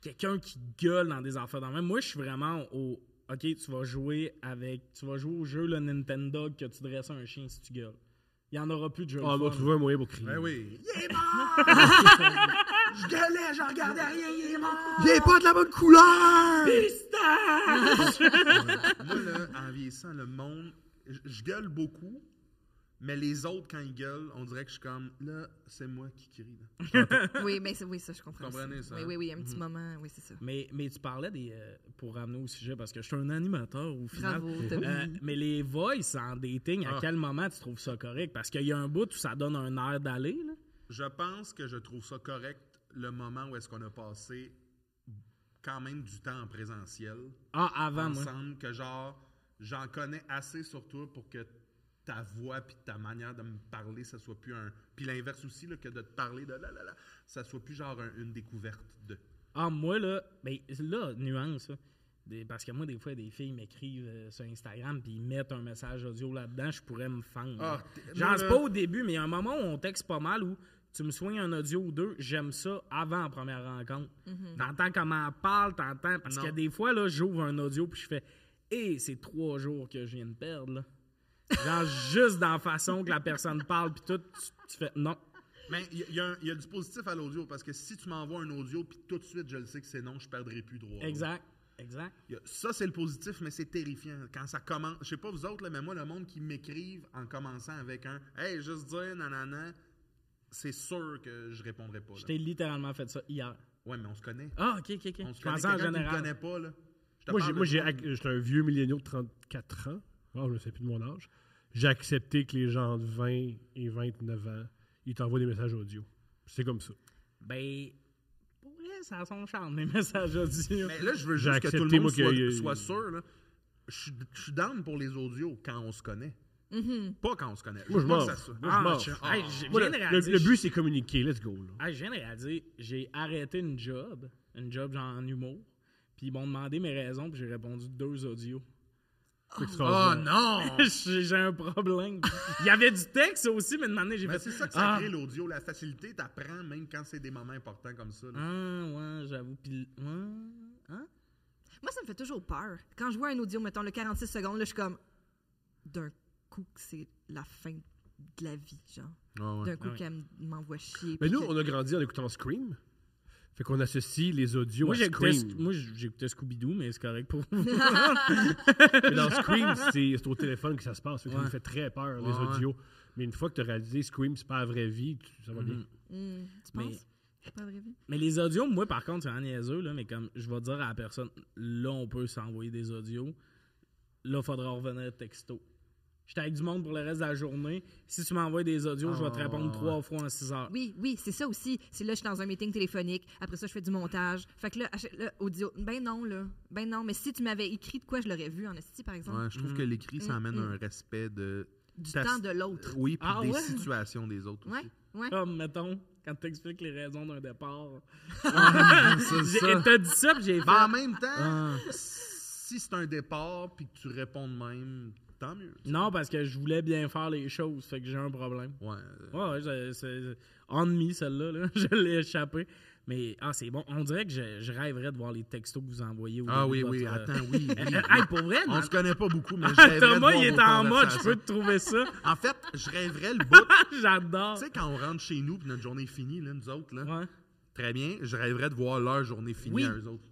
quelqu'un qui gueule dans des affaires. Dans même. Moi, je suis vraiment au. Ok, tu vas jouer avec. Tu vas jouer au jeu le Nintendo que tu dresses un chien si tu gueules. Il n'y en aura plus de jeu.
Ah, on
de
va
fun.
trouver un moyen pour crier.
Ben oui. Il est mort! je gueulais, je regardais rien, il est mort!
Il est pas de la bonne couleur!
Pistache!
Moi, là, en vieillissant, le monde, je- je gueule beaucoup, mais les autres, quand ils gueulent, on dirait que je suis comme, là, c'est moi qui crie. là.
Oui, mais c'est- oui, ça, je comprends.
Comprenez ça,
Oui,
hein?
oui, oui, un petit moment, oui, c'est ça.
mais, mais tu parlais des. euh, pour ramener au sujet, parce que je suis un animateur au final.
Bravo, Tommy.
Euh, mais les voices en dating, à
Ah.
quel moment tu trouves ça correct? Parce qu'il y a un bout où ça donne un air d'aller. là.
Je pense que je trouve ça correct le moment où est-ce qu'on a passé quand même du temps en présentiel.
Ah, avant, moi.
ensemble que genre j'en connais assez sur toi pour que ta voix puis ta manière de me parler ça soit plus un puis l'inverse aussi là, que de te parler de là là là ça soit plus genre un- une découverte de
Ah, moi, là, ben, là, nuance, là. Des- parce que moi, des fois, des filles m'écrivent euh, sur Instagram puis ils mettent un message audio là-dedans, je pourrais me fendre.
Ah,
là.
t'es-
J'en
moi,
sais
là-
pas au début, mais il y a un moment où on texte pas mal où tu me soignes un audio ou deux, j'aime ça avant la première rencontre. T'entends comment elle parle, t'entends. Parce
Non.
que des fois, là, j'ouvre un audio puis je fais Hé, c'est trois jours que je viens de perdre, là. Genre, juste dans la façon que la personne parle puis tout, tu, tu fais Non.
mais il y, a- il y a un- il y a du positif à l'audio parce que si tu m'envoies un audio puis tout de suite je le sais que c'est non je perdrai plus droit
Exact. Exact.
Il y a- Ça, c'est le positif, mais c'est terrifiant. Quand ça commence, je sais pas vous autres, là, mais moi, le monde qui m'écrivent en commençant avec un Hey, juste dire, nanana, c'est sûr que je répondrai pas. là.
Je t'ai littéralement fait ça hier.
Ouais, mais on se connaît.
Ah, ok, ok, ok.
On se
Je
connaît.
pensais en
Quelqu'un qui me
général.
connaît pas, là. Je te
Moi,
parle
j'ai-
de
moi, j'ai,
toi.
ac- j'étais un vieux milléniaux de 34 ans. Wow, je ne sais plus de mon âge. J'ai accepté que les gens de 20 et 29 ans, ils t'envoient des messages audio. C'est comme ça.
Ben, pour vrai, ça a son charme, les messages audio.
Mais là, je veux
J'ai
juste que tout le
accepté,
monde
moi,
soit,
que-
soit sûr. là. Je suis- je suis down pour les audios quand on se connaît. Pas quand on se connaît.
Moi, je
veux pas
m'en
que ça Ah,
fous.
soit-
Moi, je m'en
je-
fous.
hey, j'ai-
Moi,
j'ai
le,
une
le-
réalisation.
le but, c'est communiquer. Let's go. Là.
Ah, je viens de réaliser, j'ai arrêté une job, une job genre en humour, puis ils m'ont demandé mes raisons, puis j'ai répondu deux audios.
C'est
Oh
extraordinaire.
non!
j'ai j'ai un problème. Il y avait du texte aussi, mais de manière, j'ai
Mais
fait
c'est ça que ça
Ah.
crée l'audio. La facilité, t'apprends même quand c'est des moments importants comme ça. là.
Ah, ouais, j'avoue. Puis, ouais, hein?
Moi, ça me fait toujours peur. Quand je vois un audio, mettons, le 46 secondes, là, je suis comme. D'un coup, que c'est la fin de la vie, genre. D'un coup,
Ah ouais.
qu'elle m'envoie chier.
Mais
puis
nous,
que-
on a grandi en écoutant Scream. Fait qu'on associe les audios
Moi,
à
j'écoutais
Scream.
moi, j'écoutais Scooby-Doo, mais c'est correct pour vous.
Mais dans Scream, c'est c'est au téléphone que ça se passe. Fait que Ça
Ouais.
nous fait très peur,
Ouais,
les
ouais.
audios. Mais une fois que tu as réalisé Scream, c'est pas la vraie vie, tu-
Mm-hmm.
ça va bien.
Hmm, tu
Mais-
penses? C'est pas vrai, vie?
Mais les audios, moi, par contre, c'est un niaiseux, là, mais comme je vais dire à la personne, là, on peut s'envoyer des audios. Là, faudra revenir texto. J'étais avec du monde pour le reste de la journée. Si tu m'envoies des audios, je vais te
Ah,
répondre trois fois en six heures.
Oui, oui, c'est ça aussi. C'est là, je suis dans un meeting téléphonique. Après ça, je fais du montage. Fait que là, achète- là, audio. Ben non, là. Ben non. Mais si tu m'avais écrit de quoi, je l'aurais vu en esti, par exemple.
je
Mm-hmm.
trouve que l'écrit, ça amène un respect de.
Du
ta-
temps de l'autre.
Oui, puis
Ah
des
ouais?
situations des autres aussi.
Ouais, ouais.
Comme, mettons, quand t'expliques les raisons d'un départ.
Ah, C'est
J'ai-
ça.
T'as dit ça, puis j'ai fait...
Ben, en même temps,
Ah.
si c'est un départ puis que tu réponds de même, tant mieux.
Non, parce que je voulais bien faire les choses, fait que j'ai un problème.
Ouais. euh,
Ouais, ouais, c'est- c'est on me celle-là, là. je l'ai échappé. Mais ah, c'est bon. On dirait que je, je rêverais de voir les textos que vous envoyez. au
Ah
début
oui,
de
oui,
votre- euh,
attends, oui. oui, oui.
Hey, pour vrai,
On
dans-
se connaît pas beaucoup, mais je
Ah,
rêverais de
Thomas,
voir
il
vos
est en mode, je
conversations.
peux te trouver ça. Ah,
En fait, je rêverais le bout.
J'adore.
tu sais, quand on rentre chez nous puis notre journée est finie, là, nous autres, là,
Ouais.
très bien, je rêverais de voir leur journée finie
Oui.
à eux autres.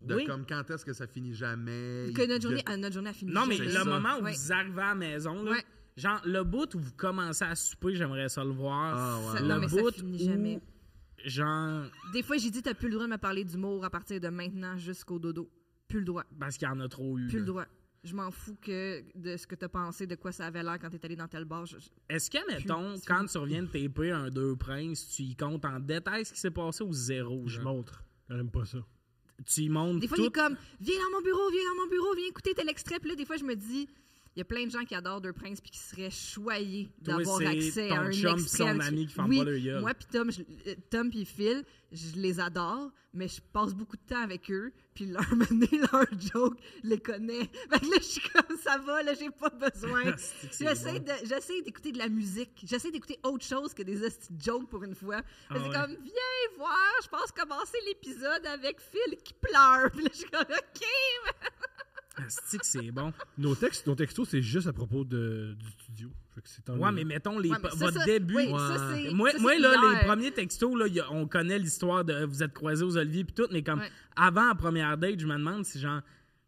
De
Oui.
comme quand est-ce que ça finit jamais.
Que notre
de-
journée, ah, notre journée a fini.
Non, mais
Je-
le
ça.
moment où
Ouais.
vous arrivez à la maison, là,
Ouais.
genre le bout où vous commencez à souper, j'aimerais ça le voir.
Ah, ouais,
Ça-
Le
non, mais ça
bout
finit
où,
jamais.
genre,
Des fois, j'ai dit, t'as plus le droit de me parler d'humour à partir de maintenant jusqu'au dodo. Plus le droit.
parce qu'il y en a trop eu.
Plus le
là.
droit. Je m'en fous que de ce que t'as pensé, de quoi ça avait l'air quand t'es allé dans tel bar. Je- je-
Est-ce que, mettons, quand tu reviens de TP un deux princes, tu y comptes en détail ce qui s'est passé au zéro?
Je
genre?
montre. Elle aime pas ça.
Tu y montes
Des fois, il
tout.
est comme Viens dans mon bureau, viens dans mon bureau, viens écouter tel extrait. Puis là, des fois, je me dis Il y a plein de gens qui adorent Deux Princes puis qui seraient choyés
Toi,
d'avoir
c'est
accès
ton
à un
chum pis
extrait.
son
avec-
ami qui ferme
oui,
pas leur gueule.
Moi, puis Tom, je- euh, Tom puis Phil, je les adore, mais je passe beaucoup de temps avec eux. Puis leur mener leur joke, je les connais. Fait que là, je suis comme Ça va, là, j'ai pas besoin.
C'est Ah, que c'est
J'essaie
bon.
de- j'essaie d'écouter de la musique. J'essaie d'écouter autre chose que des hosties de jokes pour une fois.
Ah
Mais c'est
ouais.
comme, viens voir, je pense commencer l'épisode avec Phil qui pleure. Puis là, je suis comme, OK.
Asti Ah, que c'est bon.
Nos textes, nos textos, c'est juste à propos de, du studio. Fait que c'est tant
Ouais,
mieux.
mais mettons les,
Ouais, mais ça,
votre
ça-
début.
oui, ça, c'est-
Moi,
ça,
moi
c'est
là,
clair.
les premiers textos, là, y a- on connaît l'histoire de vous êtes croisés aux oliviers puis tout, mais comme
Ouais.
avant la première date, je me demande si genre,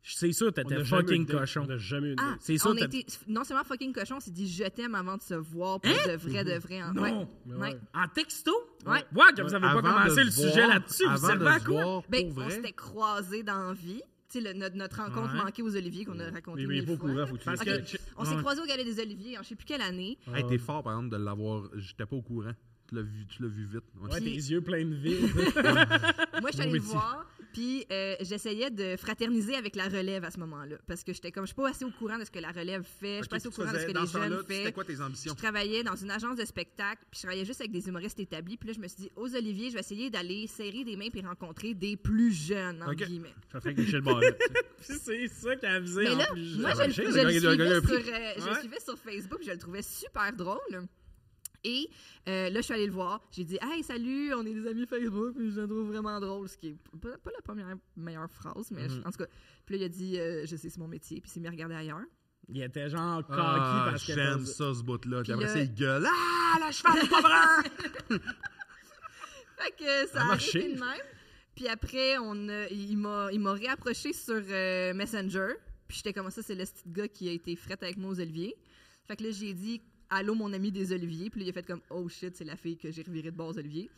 je- c'est sûr,
On n'a
t'étais
jamais eu
fucking
de date.
cochon.
On n'a jamais eu une
Ah,
date.
C'est sûr,
on a
t'as-
été non seulement fucking cochon, on s'est dit je t'aime avant de se voir pour de vrai, de vrai. en-
Hein? Non.
ouais.
Mais
Ah, Ouais.
ouais.
En texto?
Ouais.
Ouais, que vous avez
Avant
pas commencé
de
le
se voir-
sujet là-dessus, vous
Avant
servez
de
à
se
quoi?
voir,
Ben,
pour
on
vrai.
s'était croisés dans la vie. Tu sais, le- notre, notre rencontre
Ouais.
manquée aux Oliviers qu'on a raconté
Mais- mais
mille
pas au
fois.
courant, faut que tu
Parce
le
que-
saches.
On s'est
Ouais.
croisés au Galet des Oliviers en je sais plus quelle année.
Hey, t'es fort, par exemple, de l'avoir. J'étais pas au courant. Tu l'as vu, tu l'as vu vite. Ouais.
Ouais, tes
Puis-
yeux pleins de vide.
Moi, je suis
Bon
allée le
métier.
voir, puis euh, j'essayais de fraterniser avec la relève à ce moment-là. Parce que j'étais comme, je suis pas assez au courant de ce que la relève fait, je suis
Ok,
pas assez au
tu
courant de ce
faisais-
que
dans
les
ce temps-là,
jeunes
tu- C'était
font.
quoi tes
Je
ambitions?
travaillais dans une agence de spectacle, puis je travaillais juste avec des humoristes établis. Puis là, je me suis dit, aux Olivier, je vais essayer d'aller serrer des mains puis rencontrer des plus jeunes, entre
Ok.
guillemets.
Ça fait que Michel Barrette. tu sais.
c'est ça qui a avisé
Mais
en
là,
plus.
moi,
genre.
je, le- je
j'ai le
le
gars- il a
suivais
gagné un
sur,
prix.
euh, je le
Ouais.
suivais sur Facebook, je le trouvais super drôle. Et euh, là, je suis allée le voir. J'ai dit Hey, salut, on est des amis Facebook, puis je le trouve vraiment drôle. Ce qui est p- pas, pas la première meilleure phrase, mais
Mm-hmm.
je- en tout cas. Puis là, il a dit euh, Je sais, c'est mon métier, puis il s'est mis à regarder ailleurs.
Il était genre cocky
Ah,
parce que.
j'aime ça, ce bout-là. Puis
Puis
après,
là-
ça, il gueule. Ah, la cheval est pas brun!
Fait que ça
a
a
marché.
arrêté de même. Puis après, on a- il m'a il m'a réapproché sur euh, Messenger. Puis j'étais comme ça, c'est le petit gars qui a été fret avec moi aux Oliviers. Fait que là, j'ai dit Allô, mon ami des Oliviers. Puis là, il a fait comme Oh shit, c'est la fille que j'ai revirée de bord aux Oliviers.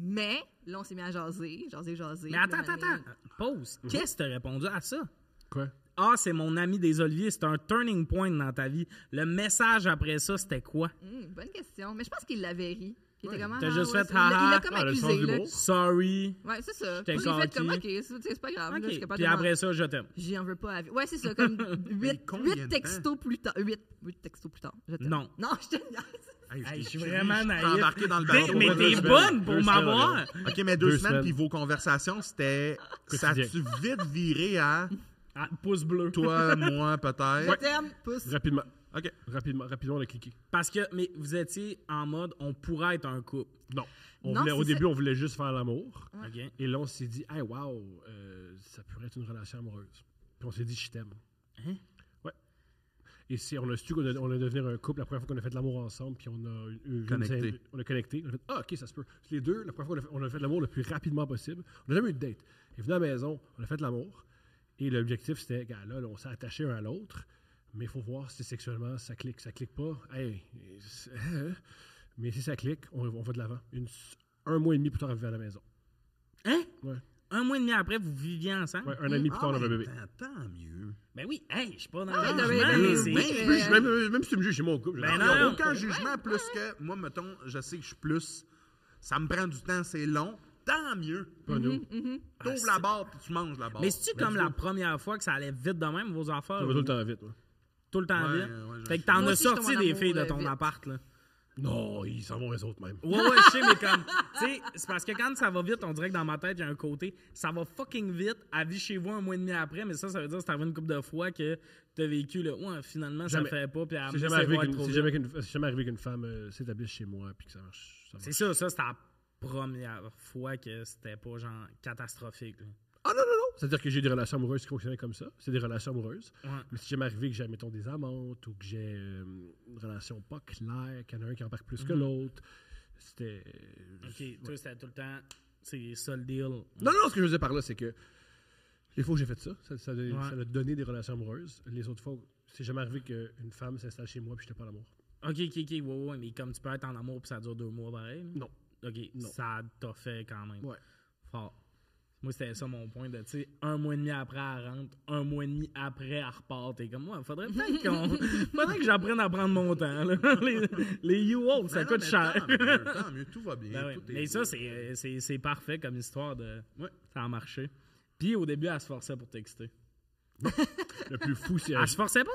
Mais là, on s'est mis à jaser, jaser, jaser.
Mais
Puis
attends,
là,
attends,
maintenant,
attends. Pause.
Mhm.
Qu'est-ce que t'as répondu à ça?
Quoi?
Ah, c'est mon ami des Oliviers, c'est un turning point dans ta vie. Le message après ça, c'était quoi?
Hum, bonne question. Mais je pense qu'il l'avait ri. Il était comme
t'as juste
ouais,
fait,
c'est- il l'a- Il
Ah,
l'a comme
ah, le sens
accusé,
de
là.
l'humour.
Sorry.
Ouais, c'est ça.
J'étais
Puis j'ai fait comme
conqué.
OK, c'est tu sais, c'est pas grave. Ah, là, je suis
Ok.
capable
Puis
de m'en-
après ça, je t'aime.
J'en veux pas avec. Ouais, c'est ça, comme
Mais
8,
combien de
textos plus tard. 8, textos plus tard. Je t'aime.
Non.
Non, je te niaise.
Hey, je suis vraiment naïf.
embarqué dans le
Ben,
T'es-
bateau.
mais
Ouais,
t'es
deux
bonne
semaines.
pour
Deux
m'avoir.
OK, mais deux,
Deux
semaines,
semaines.
puis vos conversations, c'était... Ça
Quotidien.
a-tu vite viré à
Ah, pouce bleu.
toi, moi,
Je
peut-être?
t'aime. Pouce.
Rapidement.
OK.
Rapidement, rapidement, on a cliqué.
Parce que mais vous étiez en mode on pourrait être un couple.
Non. On
Non,
voulait- au
c'est ça.
début, on voulait juste faire l'amour.
OK?
Et là, on s'est dit, hey, wow, euh, ça pourrait être une relation amoureuse. Puis on s'est dit, je t'aime.
Hein?
Ouais. Et c'est, on a su qu'on a- on allait devenir un couple la première fois qu'on a fait de l'amour ensemble, puis on a eu- eu une
Connecté.
scène- on a connecté. On a fait, ah, ok, ça se peut. Puis Les deux, la première fois qu'on a fait- on a fait de l'amour le plus rapidement possible. On n'a jamais eu de date. Il est venu à la maison, on a fait de l'amour. Et l'objectif, c'était, gars, là, là, on s'est attaché un à l'autre, mais il faut voir si sexuellement ça clique. Ça clique pas. Hey, c'est- hein? mais si ça clique, on, on va de l'avant. Une s- un mois et demi plus tard, elle vivait à la maison.
Hein?
Ouais.
Un mois et demi après, vous viviez ensemble?
Ouais, un an et demi plus tard, on
Ah,
avait
mais
un bébé.
Tant tant mieux.
Ben oui, hey, je suis pas dans
Ah,
le
t'avais
jugement,
raison.
mais c'est-
Ben,
Même, même- même- même si tu me juges, c'est mon couple.
euh, Ben
J'ai-
Il y a
non.
aucun jugement plus que... Moi, mettons, je sais que je suis plus... Ça me prend du temps, c'est long. Tant mieux.
Pas nous.
Mm-hmm.
T'ouvres la barre, puis tu manges la barre.
Ah,
Ben
Mais c'est-tu comme la première fois que ça allait vite de même, vos affaires?
Ça va tout le temps vite. moi.
Tout le temps
Ouais,
vite?
ouais, je-
fait que t'en
Moi
as
aussi, je
sorti
tombe en
des
amour,
filles de
euh,
ton
vite.
appart, là.
Non, ils s'en vont les autres même.
Ouais, ouais, je sais, mais comme. Tu sais, c'est parce que quand ça va vite, on dirait que dans ma tête, il y a un côté. Ça va fucking vite. À vie chez vous un mois et demi après, mais ça, ça veut dire que c'est arrivé une couple de fois que t'as vécu le. Ouais, finalement,
Jamais.
ça fait pas. Puis à
C'est
me
jamais,
laisser
arrivé
voir
qu'une-
trop
c'est
vite.
jamais qu'une- c'est jamais arrivé qu'une femme euh, s'établisse chez moi puis que ça marche. ça marche.
C'est ça, ça, c'était la première fois que c'était pas genre catastrophique. là.
Ah non, non, non! C'est-à-dire que j'ai des relations amoureuses qui fonctionnaient comme ça. C'est des relations amoureuses.
Ouais.
Mais si jamais arrivé que j'ai, mettons, des amantes ou que j'ai euh, une relation pas claire, qu'il y en a un qui embarque plus que l'autre, c'était.
Mm-hmm.
euh,
Ok, toi, c'était tout le temps. C'est ça le deal.
Non, non, ce que je veux dire par là, c'est que les fois où j'ai fait ça, ça, ça,
Ouais.
ça a donné des relations amoureuses. Les autres fois, c'est jamais arrivé qu'une femme s'installe chez moi puis j'étais pas à l'amour.
Ok, ok, ok, ouais, ouais, mais comme tu peux être en amour puis ça dure deux mois pareil. là.
Non.
Ok,
Non.
ça t'a fait quand même.
Ouais.
Fort. Moi, c'était ça mon point de, tu sais, un mois et demi après, elle rentre, un mois et demi après, elle repart. T'es comme, moi, faudrait peut-être qu'on. faudrait que j'apprenne à prendre mon temps, là. les, les you old, ça
Ben non,
coûte
mais
cher.
Tant mieux, tant mieux, tout va bien.
Ben ouais.
tout est
Mais ça,
beau.
c'est, euh, c'est, c'est parfait comme histoire de.
Ouais.
Ça a marché. Puis au début, elle se forçait pour texter.
Le plus fou, c'est.
Elle se forçait pas?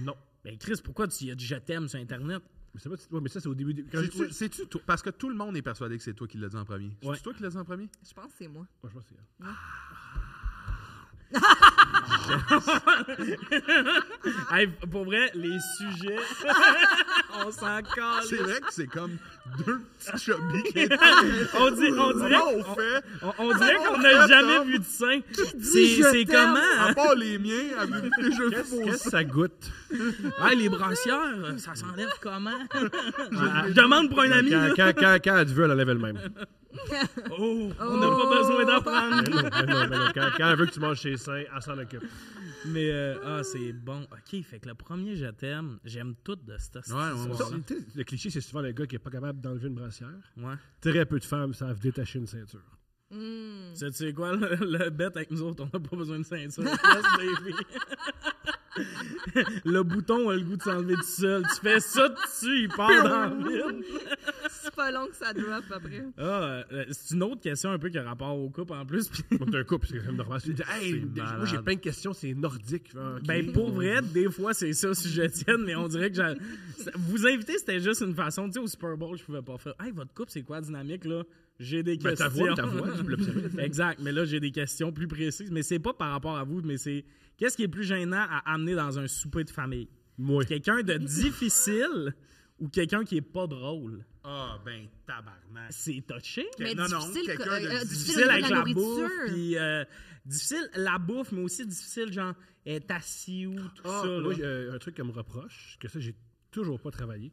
Non.
Ben Chris, pourquoi tu y as dit je t'aime sur Internet?
Mais, c'est pas... ouais, mais ça, c'est au début. du- Quand
C'est-tu-
j'ai- ouais,
C'est-tu toi? Parce que tout le monde est persuadé que c'est toi qui l'as dit en premier.
Ouais.
C'est toi qui l'as dit en premier?
Je pense que c'est moi.
je pense que c'est-
Ah.
Hey, pour vrai, les sujets, on s'en calme.
C'est vrai que c'est comme deux petits chubbies qui
Ah, On, dit, on dirait,
Comment on fait?
on, on dirait qu'on
Attends.
n'a jamais vu de sein. C'est,
je
c'est
t'aime?
comment?
À part les miens, avec les cheveux
Qu'est-ce qu'est-ce que ça goûte?
Hey, les brassières, ça s'enlève comment? Je demande pour un ami.
Ah, Quand,
là.
quand, quand, quand elle veut, elle enlève elle-même.
Oh, on n'a pas besoin d'en prendre.
Mais non, mais non, mais non. Quand, quand elle veut que tu manges ses seins, elle s'en occupe.
Mais euh, ah, c'est bon. OK, fait que le premier je t'aime, j'aime tout de cette
Ouais, ouais,
histoire-là.
ouais.
Ça, tu sais, Le cliché, c'est souvent le gars qui est pas capable d'enlever une brassière.
Ouais.
Très peu de femmes savent détacher une ceinture.
Hmm.
Tu sais quoi, le, le bet avec nous autres, on n'a pas besoin de ceinture. Yes, baby. le bouton a le goût de s'enlever tout seul. Tu fais ça dessus, il part dans le vide.
C'est pas long que ça drop après.
Ah, euh, c'est une autre question un peu qui a rapport au couple en plus. puis-
Quand t'es un couple, c'est quand même normal. Tu te dis, hey, moi
malade.
j'ai plein de questions, c'est nordique. Ah, ok.
Ben, pour vrai, des fois, c'est ça, si je tienne, mais on dirait que j'a- c'est- Vous inviter, c'était juste une façon. Tu sais, au Super Bowl, je pouvais pas faire. Hey, votre couple, c'est quoi la dynamique, là? J'ai des
Ben, ta
questions.
voix, ta voix, tu peux l'observer.
exact, mais là, j'ai des questions plus précises. Mais c'est pas par rapport à vous, mais c'est. Qu'est-ce qui est plus gênant à amener dans un souper de famille?
Moi.
Quelqu'un de difficile ou quelqu'un qui est pas drôle?
Ah, ben, tabarnak.
C'est touché.
Mais
non, non,
difficile,
quelqu'un
que-
de
euh, difficile
difficile
au
avec
niveau de
la,
la
bouffe,
nourriture.
puis euh, difficile la bouffe, mais aussi difficile, genre, est assis où, tout
Ah,
ça. là.
moi, j'ai, euh, un truc qu'on me reproche, que ça, j'ai toujours pas travaillé.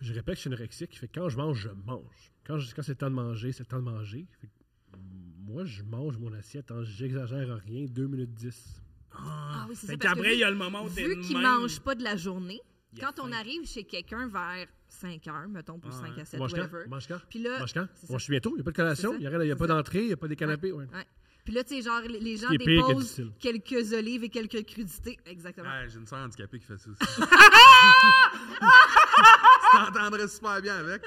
Je répète que je suis anorexique, fait que quand je mange, je mange. Quand, je- quand c'est le temps de manger, c'est le temps de manger. Fait que, mm, moi, je mange mon assiette, hein, j'exagère rien, 2 minutes 10.
Ah oui, c'est ça.
Fait
parce que
qu'après,
vu-
il y a le moment où t'es
Vu
de
qu'ils
même.
mangent pas de la journée,
Il a
quand on
faim.
arrive chez quelqu'un vers 5 heures, mettons, pour
Ah,
5 à 7,
Mange quand?
whatever.
Mange quand?
Puis là,
Mange quand?
c'est ça.
On suit bientôt, il n'y a pas de collation,
C'est
il
ça.
n'y a, rien- y a pas d'entrée, il n'y a pas des canapés. ouais.
Ouais. Puis là, tu sais, genre, les- les gens
Qui est pire que
déposent
difficile.
quelques olives et quelques crudités. Exactement.
Ouais, j'ai une soeur handicapée qui fait ça aussi. Tu t'entendrais super bien avec.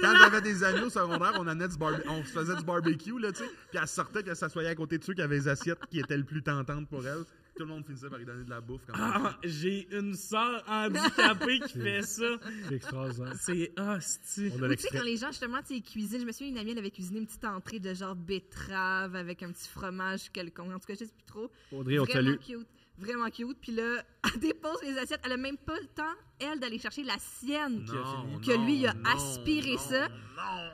Quand j'avais des amis au secondaire, on, amenait du barbe- on se faisait du barbecue, là, tu sais. Puis elle sortait, puis elle s'assoyait à côté de ceux qui avaient les assiettes qui étaient le plus tentantes pour elle. Tout le monde finissait par lui donner de la bouffe. Comme ça.
Ah, j'ai une sœur handicapée qui fait ça.
C'est extraordinaire.
C'est hostie.
Ou
On a
Tu sais,
l'extrait.
quand les gens, justement, tu sais, ils cuisinent. Je me souviens, une amie, elle avait cuisiné une petite entrée de genre betterave avec un petit fromage quelconque. En tout cas, je sais plus trop.
Audrey, on te
Vraiment
salue.
cute. Vraiment cute. Puis là, elle dépose les assiettes. Elle a même pas le temps, elle, d'aller chercher la sienne.
Non,
que lui, il a
non,
aspiré
non,
ça.
non.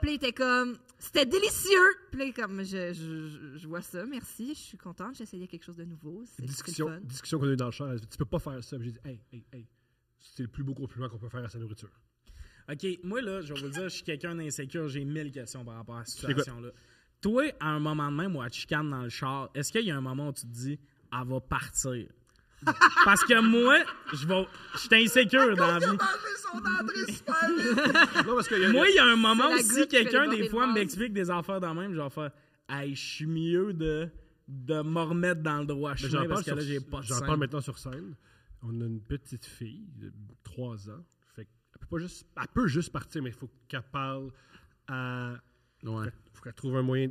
Puis là, il était comme, c'était délicieux. Puis là, il est comme, je, je, je vois ça, merci, je suis contente, j'ai essayé quelque chose de nouveau. C'est c'est le
Discussion,
fun.
discussion qu'on a eue dans le champ. elle dit, Tu peux pas faire ça. Puis J'ai dit, hey, hey, hey. C'est le plus beau compliment qu'on peut faire à sa nourriture.
OK, moi, là, je vais vous le dire, je suis quelqu'un d'insécure. J'ai mille questions par rapport à cette situation-là. Toi, à un moment de même où elle te chicane dans le char, est-ce qu'il y a un moment où tu te dis, elle va partir? Parce que moi, je vais. Je suis insécure dans la vie.
Non, parce qu'il y a-
Moi, il y a un moment
C'est la
où
goutte
si
qui fait
quelqu'un,
déborder
des
le
fois,
vase.
m'explique des affaires dans même, je vais faire, hey, je suis mieux de, de me remettre dans le droit
Mais J'en
chemin
parle,
parce que là,
sur-
j'ai pas de
j'en
scène.
parle maintenant sur scène. On a une petite fille de 3 ans. Fait qu'elle peut pas juste, elle peut juste partir, mais il faut qu'elle parle à.
Ouais.
Il faut qu'elle trouve un moyen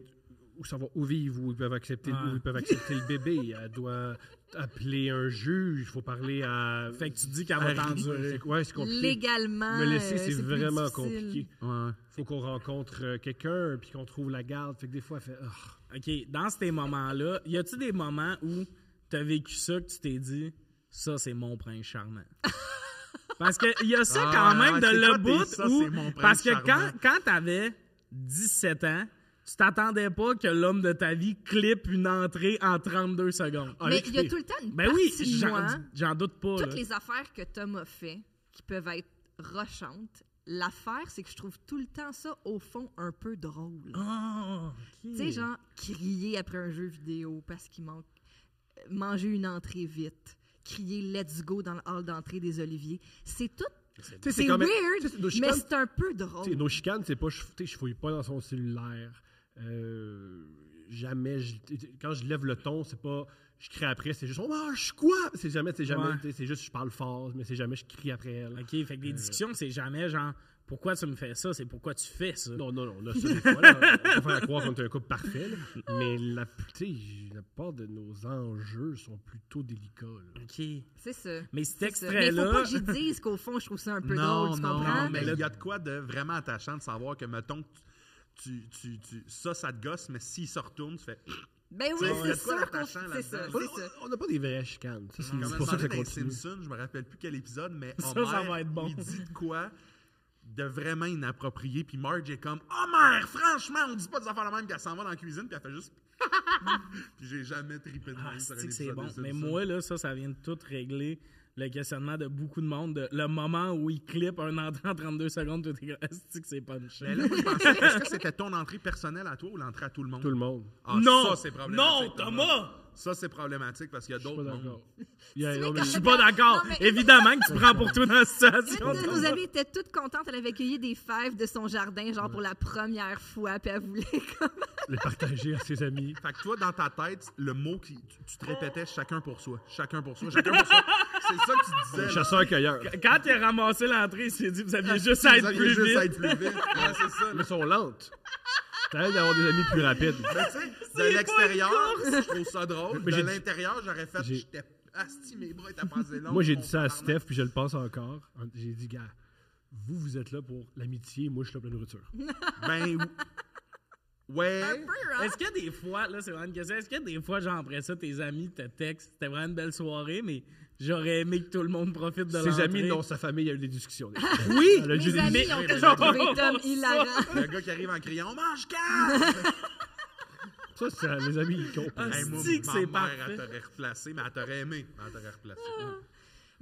où ça va, où vivre, où ils peuvent accepter,
Ah.
où ils peuvent accepter le bébé. Elle doit appeler un juge, il faut parler à.
Fait que tu te dis qu'elle va
à Ri-
t'endurer.
c'est- Ouais, c'est compliqué.
Légalement.
Me laisser,
euh,
c'est
plus
vraiment
difficile.
compliqué.
Ouais.
Faut qu'on rencontre euh, quelqu'un, puis qu'on trouve la garde. Fait que des fois, elle fait. Ah.
OK, dans ces moments-là, y a-tu des moments où t'as vécu ça que tu t'es dit ça c'est mon prince charmant Parce que y a ça
Ah,
quand même
ouais,
de
c'est
le
quoi tes
bout
ça,
où
c'est mon prince
parce que
charmant?
quand quand t'avais 17 ans, tu t'attendais pas que l'homme de ta vie clippe une entrée en 32 secondes.
Ah,
Mais
là,
il y a
tu-
tout le temps une
Ben
partie
oui,
de
j'en,
moi,
j'en doute pas.
toutes
là.
les affaires que Tom a fait, qui peuvent être rochantes, l'affaire, c'est que je trouve tout le temps ça, au fond, un peu drôle.
Ah, ok.
Tu sais, genre, crier après un jeu vidéo parce qu'il manque. euh, Manger une entrée vite. Crier let's go dans le hall d'entrée des Oliviers. C'est tout.
Tu sais,
C'est
quand même-
weird,
tu sais, nos
mais
chicanes-
c'est un peu
Tu sais,
drôle.
nos chicanes, c'est pas, je, tu sais, je fouille pas dans son cellulaire. euh, jamais. je- quand je lève le ton, c'est pas. Je crie après, c'est juste. Oh, je quoi? C'est jamais, c'est jamais.
Ouais.
tu sais, C'est juste, je parle fort, mais c'est jamais, je crie après elle.
OK, fait
Euh.
que les discussions, c'est jamais genre pourquoi tu me fais ça, c'est pourquoi tu fais ça.
Non, non, non, là, ça, des fois, là, on peut faire croire qu'on est un couple parfait, là, mais la, tu sais, la plupart de nos enjeux sont plutôt délicats. là.
OK.
C'est ça.
Mais cet
C'est ça. Mais il faut
extrait-là.
pas que j'y dise qu'au fond, je trouve ça un peu
non,
drôle, tu
non,
comprends?
non, mais il y a de quoi de vraiment attachant de savoir que, mettons, tu, tu, tu- ça, ça te gosse, mais s'il se retourne, tu fais.
Ben
Tu
oui,
sais, il y a
c'est
de quoi
sûr qu'on...
d'attachant
C'est ça,
là-dedans.
c'est ça.
On n'a pas des vraies chicanes. ça, c'est
Comment
c'est pour ça que ça
dans les
continue.
Simpsons, je me rappelle plus quel épisode, mais
Ça,
Homer,
ça va être bon.
il dit de quoi de vraiment inapproprié, puis Marge est comme « Homer, franchement, on dit pas des affaires la même, puis elle s'en va dans la cuisine, puis elle fait juste... » Puis j'ai jamais trippé de même
Ah,
sur un
c'est-tu que c'est
épisode
bon.
des
Mais
Simpsons.
moi, là, ça, ça vient de tout régler le questionnement de beaucoup de monde. de- le moment où il clip un entrée en 32 secondes, tout est comme, Asti que c'est pas
Mais là, moi, je pensais, est-ce que c'était ton entrée personnelle à toi ou l'entrée à tout le monde?
Tout le monde.
Ah,
non!
ça, c'est problématique,
non, Thomas!
Ça, c'est problématique, parce qu'il y a
Je suis pas
d'autres mondes.
d'accord. Il y a- non, mais
Je
je suis
suis pas d'accord.
Non, mais-
Évidemment que tu prends pour toi dans la situation.
Une de nos amies était toute contente, elle avait cueilli des fèves de son jardin, genre pour la première fois, puis elle voulait comme...
le partager à ses amis.
Fait que toi, dans ta tête, le mot qui tu, tu te répétais, chacun pour soi, chacun pour soi, chacun pour soi. C'est ça que tu disais. là.
Chasseur-cueilleur.
Quand il a ramassé l'entrée, il s'est dit, vous
Ah,
aviez juste à
Vous
être
aviez
plus
juste
vite.
à être plus vite. Ouais, c'est ça.
Mais sont lentes. T'as l'air d'avoir des amis plus rapides.
Mais tu sais,
pas une
de l'extérieur, je trouve ça drôle.
Mais
De
j'ai dit-
l'intérieur, j'aurais fait.
j'ai-
J'étais. Asti, mes bras étaient passés longs.
Moi, j'ai
mon
dit ça à
tabarnak.
Steph, puis je le pense encore. J'ai dit, gars, vous, vous êtes là pour l'amitié, moi, je suis là pour la nourriture.
Ben. Ouais.
Un peu, hein?
Est-ce que des fois, là, c'est vraiment une question, est-ce que des fois, genre, après ça, tes amis te textent, c'était vraiment une belle soirée, mais j'aurais aimé que tout le monde profite de
Ses
l'entrée.
amis, non, sa famille, il y a eu des discussions.
Oui!
Elle a juste
Mes
des-
amis
mais-
ont toujours trouvé
mais-
Tom hilarant.
Le gars qui arrive en criant Oh, On mange quatre!
Ça, c'est à mes amis, ils comprennent.
Ah,
Hey, moi,
Asti que
ma
c'est
mère,
parfait.
elle t'aurait replacé, mais elle t'aurait aimé. mais Elle t'aurait replacé.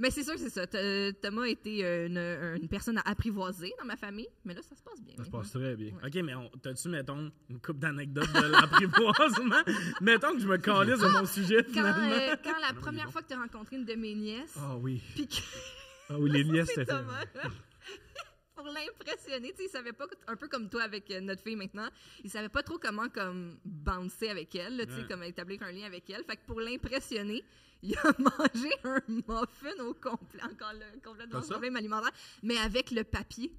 Mais c'est sûr que c'est ça. Th- Thomas était une, une personne à apprivoiser dans ma famille, mais là, ça se passe bien.
Ça se passe très bien.
OK, mais on- t'as-tu, mettons, une coupe d'anecdotes de l'apprivoisement? mettons que je me calisse de mon sujet,
Quand,
finalement.
euh, quand la première
bon.
fois que tu as rencontré une de mes nièces,
Ah oui.
puis que
Ah oui, les nièces,
c'est
c'était fait.
Thomas, pour l'impressionner, tu sais, il savait pas, un peu comme toi avec euh, notre fille maintenant, il savait pas trop comment comme bouncer avec elle, là, tu sais,
Ouais.
comme établir un lien avec elle. Fait que pour l'impressionner, il a mangé un muffin au complet, encore là, complètement
Comme ça?
problème alimentaire, mais avec le papier.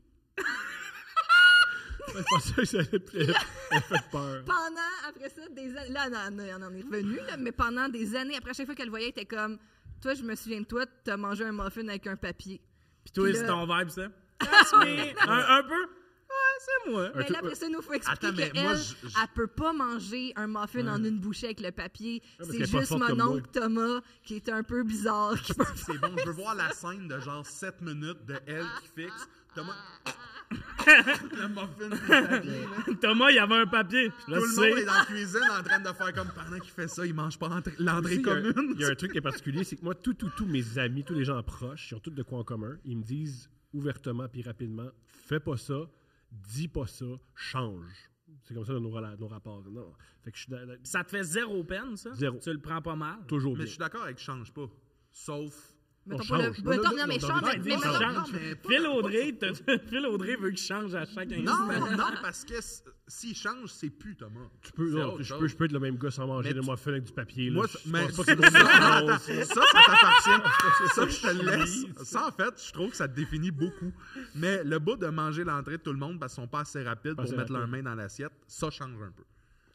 Je pensais que ça allait plaire. Elle fait peur.
pendant, après ça, des années. Là, on en, on en est revenu, là, mais pendant des années, après, à chaque fois qu'elle le voyait, elle était comme Toi, je me souviens de toi, t'as mangé un muffin avec un papier.
Puis toi,
Puis
c'est
là-
ton vibe, ça? That's me. un, un peu? Ouais, c'est moi.
Un
Mais là,
tout-
après ça, nous, faut expliquer
Attends, mais
qu'elle,
moi, je- je-
elle peut pas manger un muffin en une bouchée avec le papier.
parce
C'est
qu'elle est pas
juste
forte
mon
comme
oncle Thomas, qui est un peu bizarre, qui peut
C'est bon, je veux voir la scène de genre 7 minutes de elle qui fixe. Thomas. le muffin, c'est la vie, là.
Thomas, il y avait un papier. Je
Tout
le
le monde est
sais.
dans la cuisine en train de faire comme pendant qu'il fait ça, il mange pas l'entrée- l'entrée
Il y a un-
commune.
Il y a un truc qui est particulier, c'est que moi, tout, tout, tous mes amis, tous les gens proches, ils ont tous de quoi en commun. Ils me disent ouvertement puis rapidement fais pas ça, dis pas ça, change. C'est comme ça dans nos, rela- nos rapports. Non. Fait que je suis dans- dans-
Ça te fait zéro peine, ça?
Zéro.
Tu le prends pas mal?
toujours
Mais
bien.
je suis d'accord avec change pas. Sauf.
Mettons
On
pas le.
change.
mettons-
Non,
non,
non,
mais
non,
change,
non,
mais
non, non,
mettons- non,
change.
mais pas-
Phil Audrey, t'as- Phil Audrey veut que je change à chaque instant.
Non, non, parce que s- s'il change, c'est plus Thomas.
Tu peux,
C'est
non,
autre
je,
chose.
peux, je peux être le même gars sans manger
Mais
de
tu-
muffin avec du papier. là.
Moi,
je
ça-
je
mais
pense pas
ça,
que c'est
ça,
drôle.
ça, ça t'appartient. Ça, je te le laisse. Ça, en fait, je trouve que ça te définit beaucoup. Mais le bout de manger l'entrée de tout le monde parce qu'ils sont pas assez rapides pour
Pas assez
mettre leurs
rapides.
mains dans l'assiette, ça change un peu.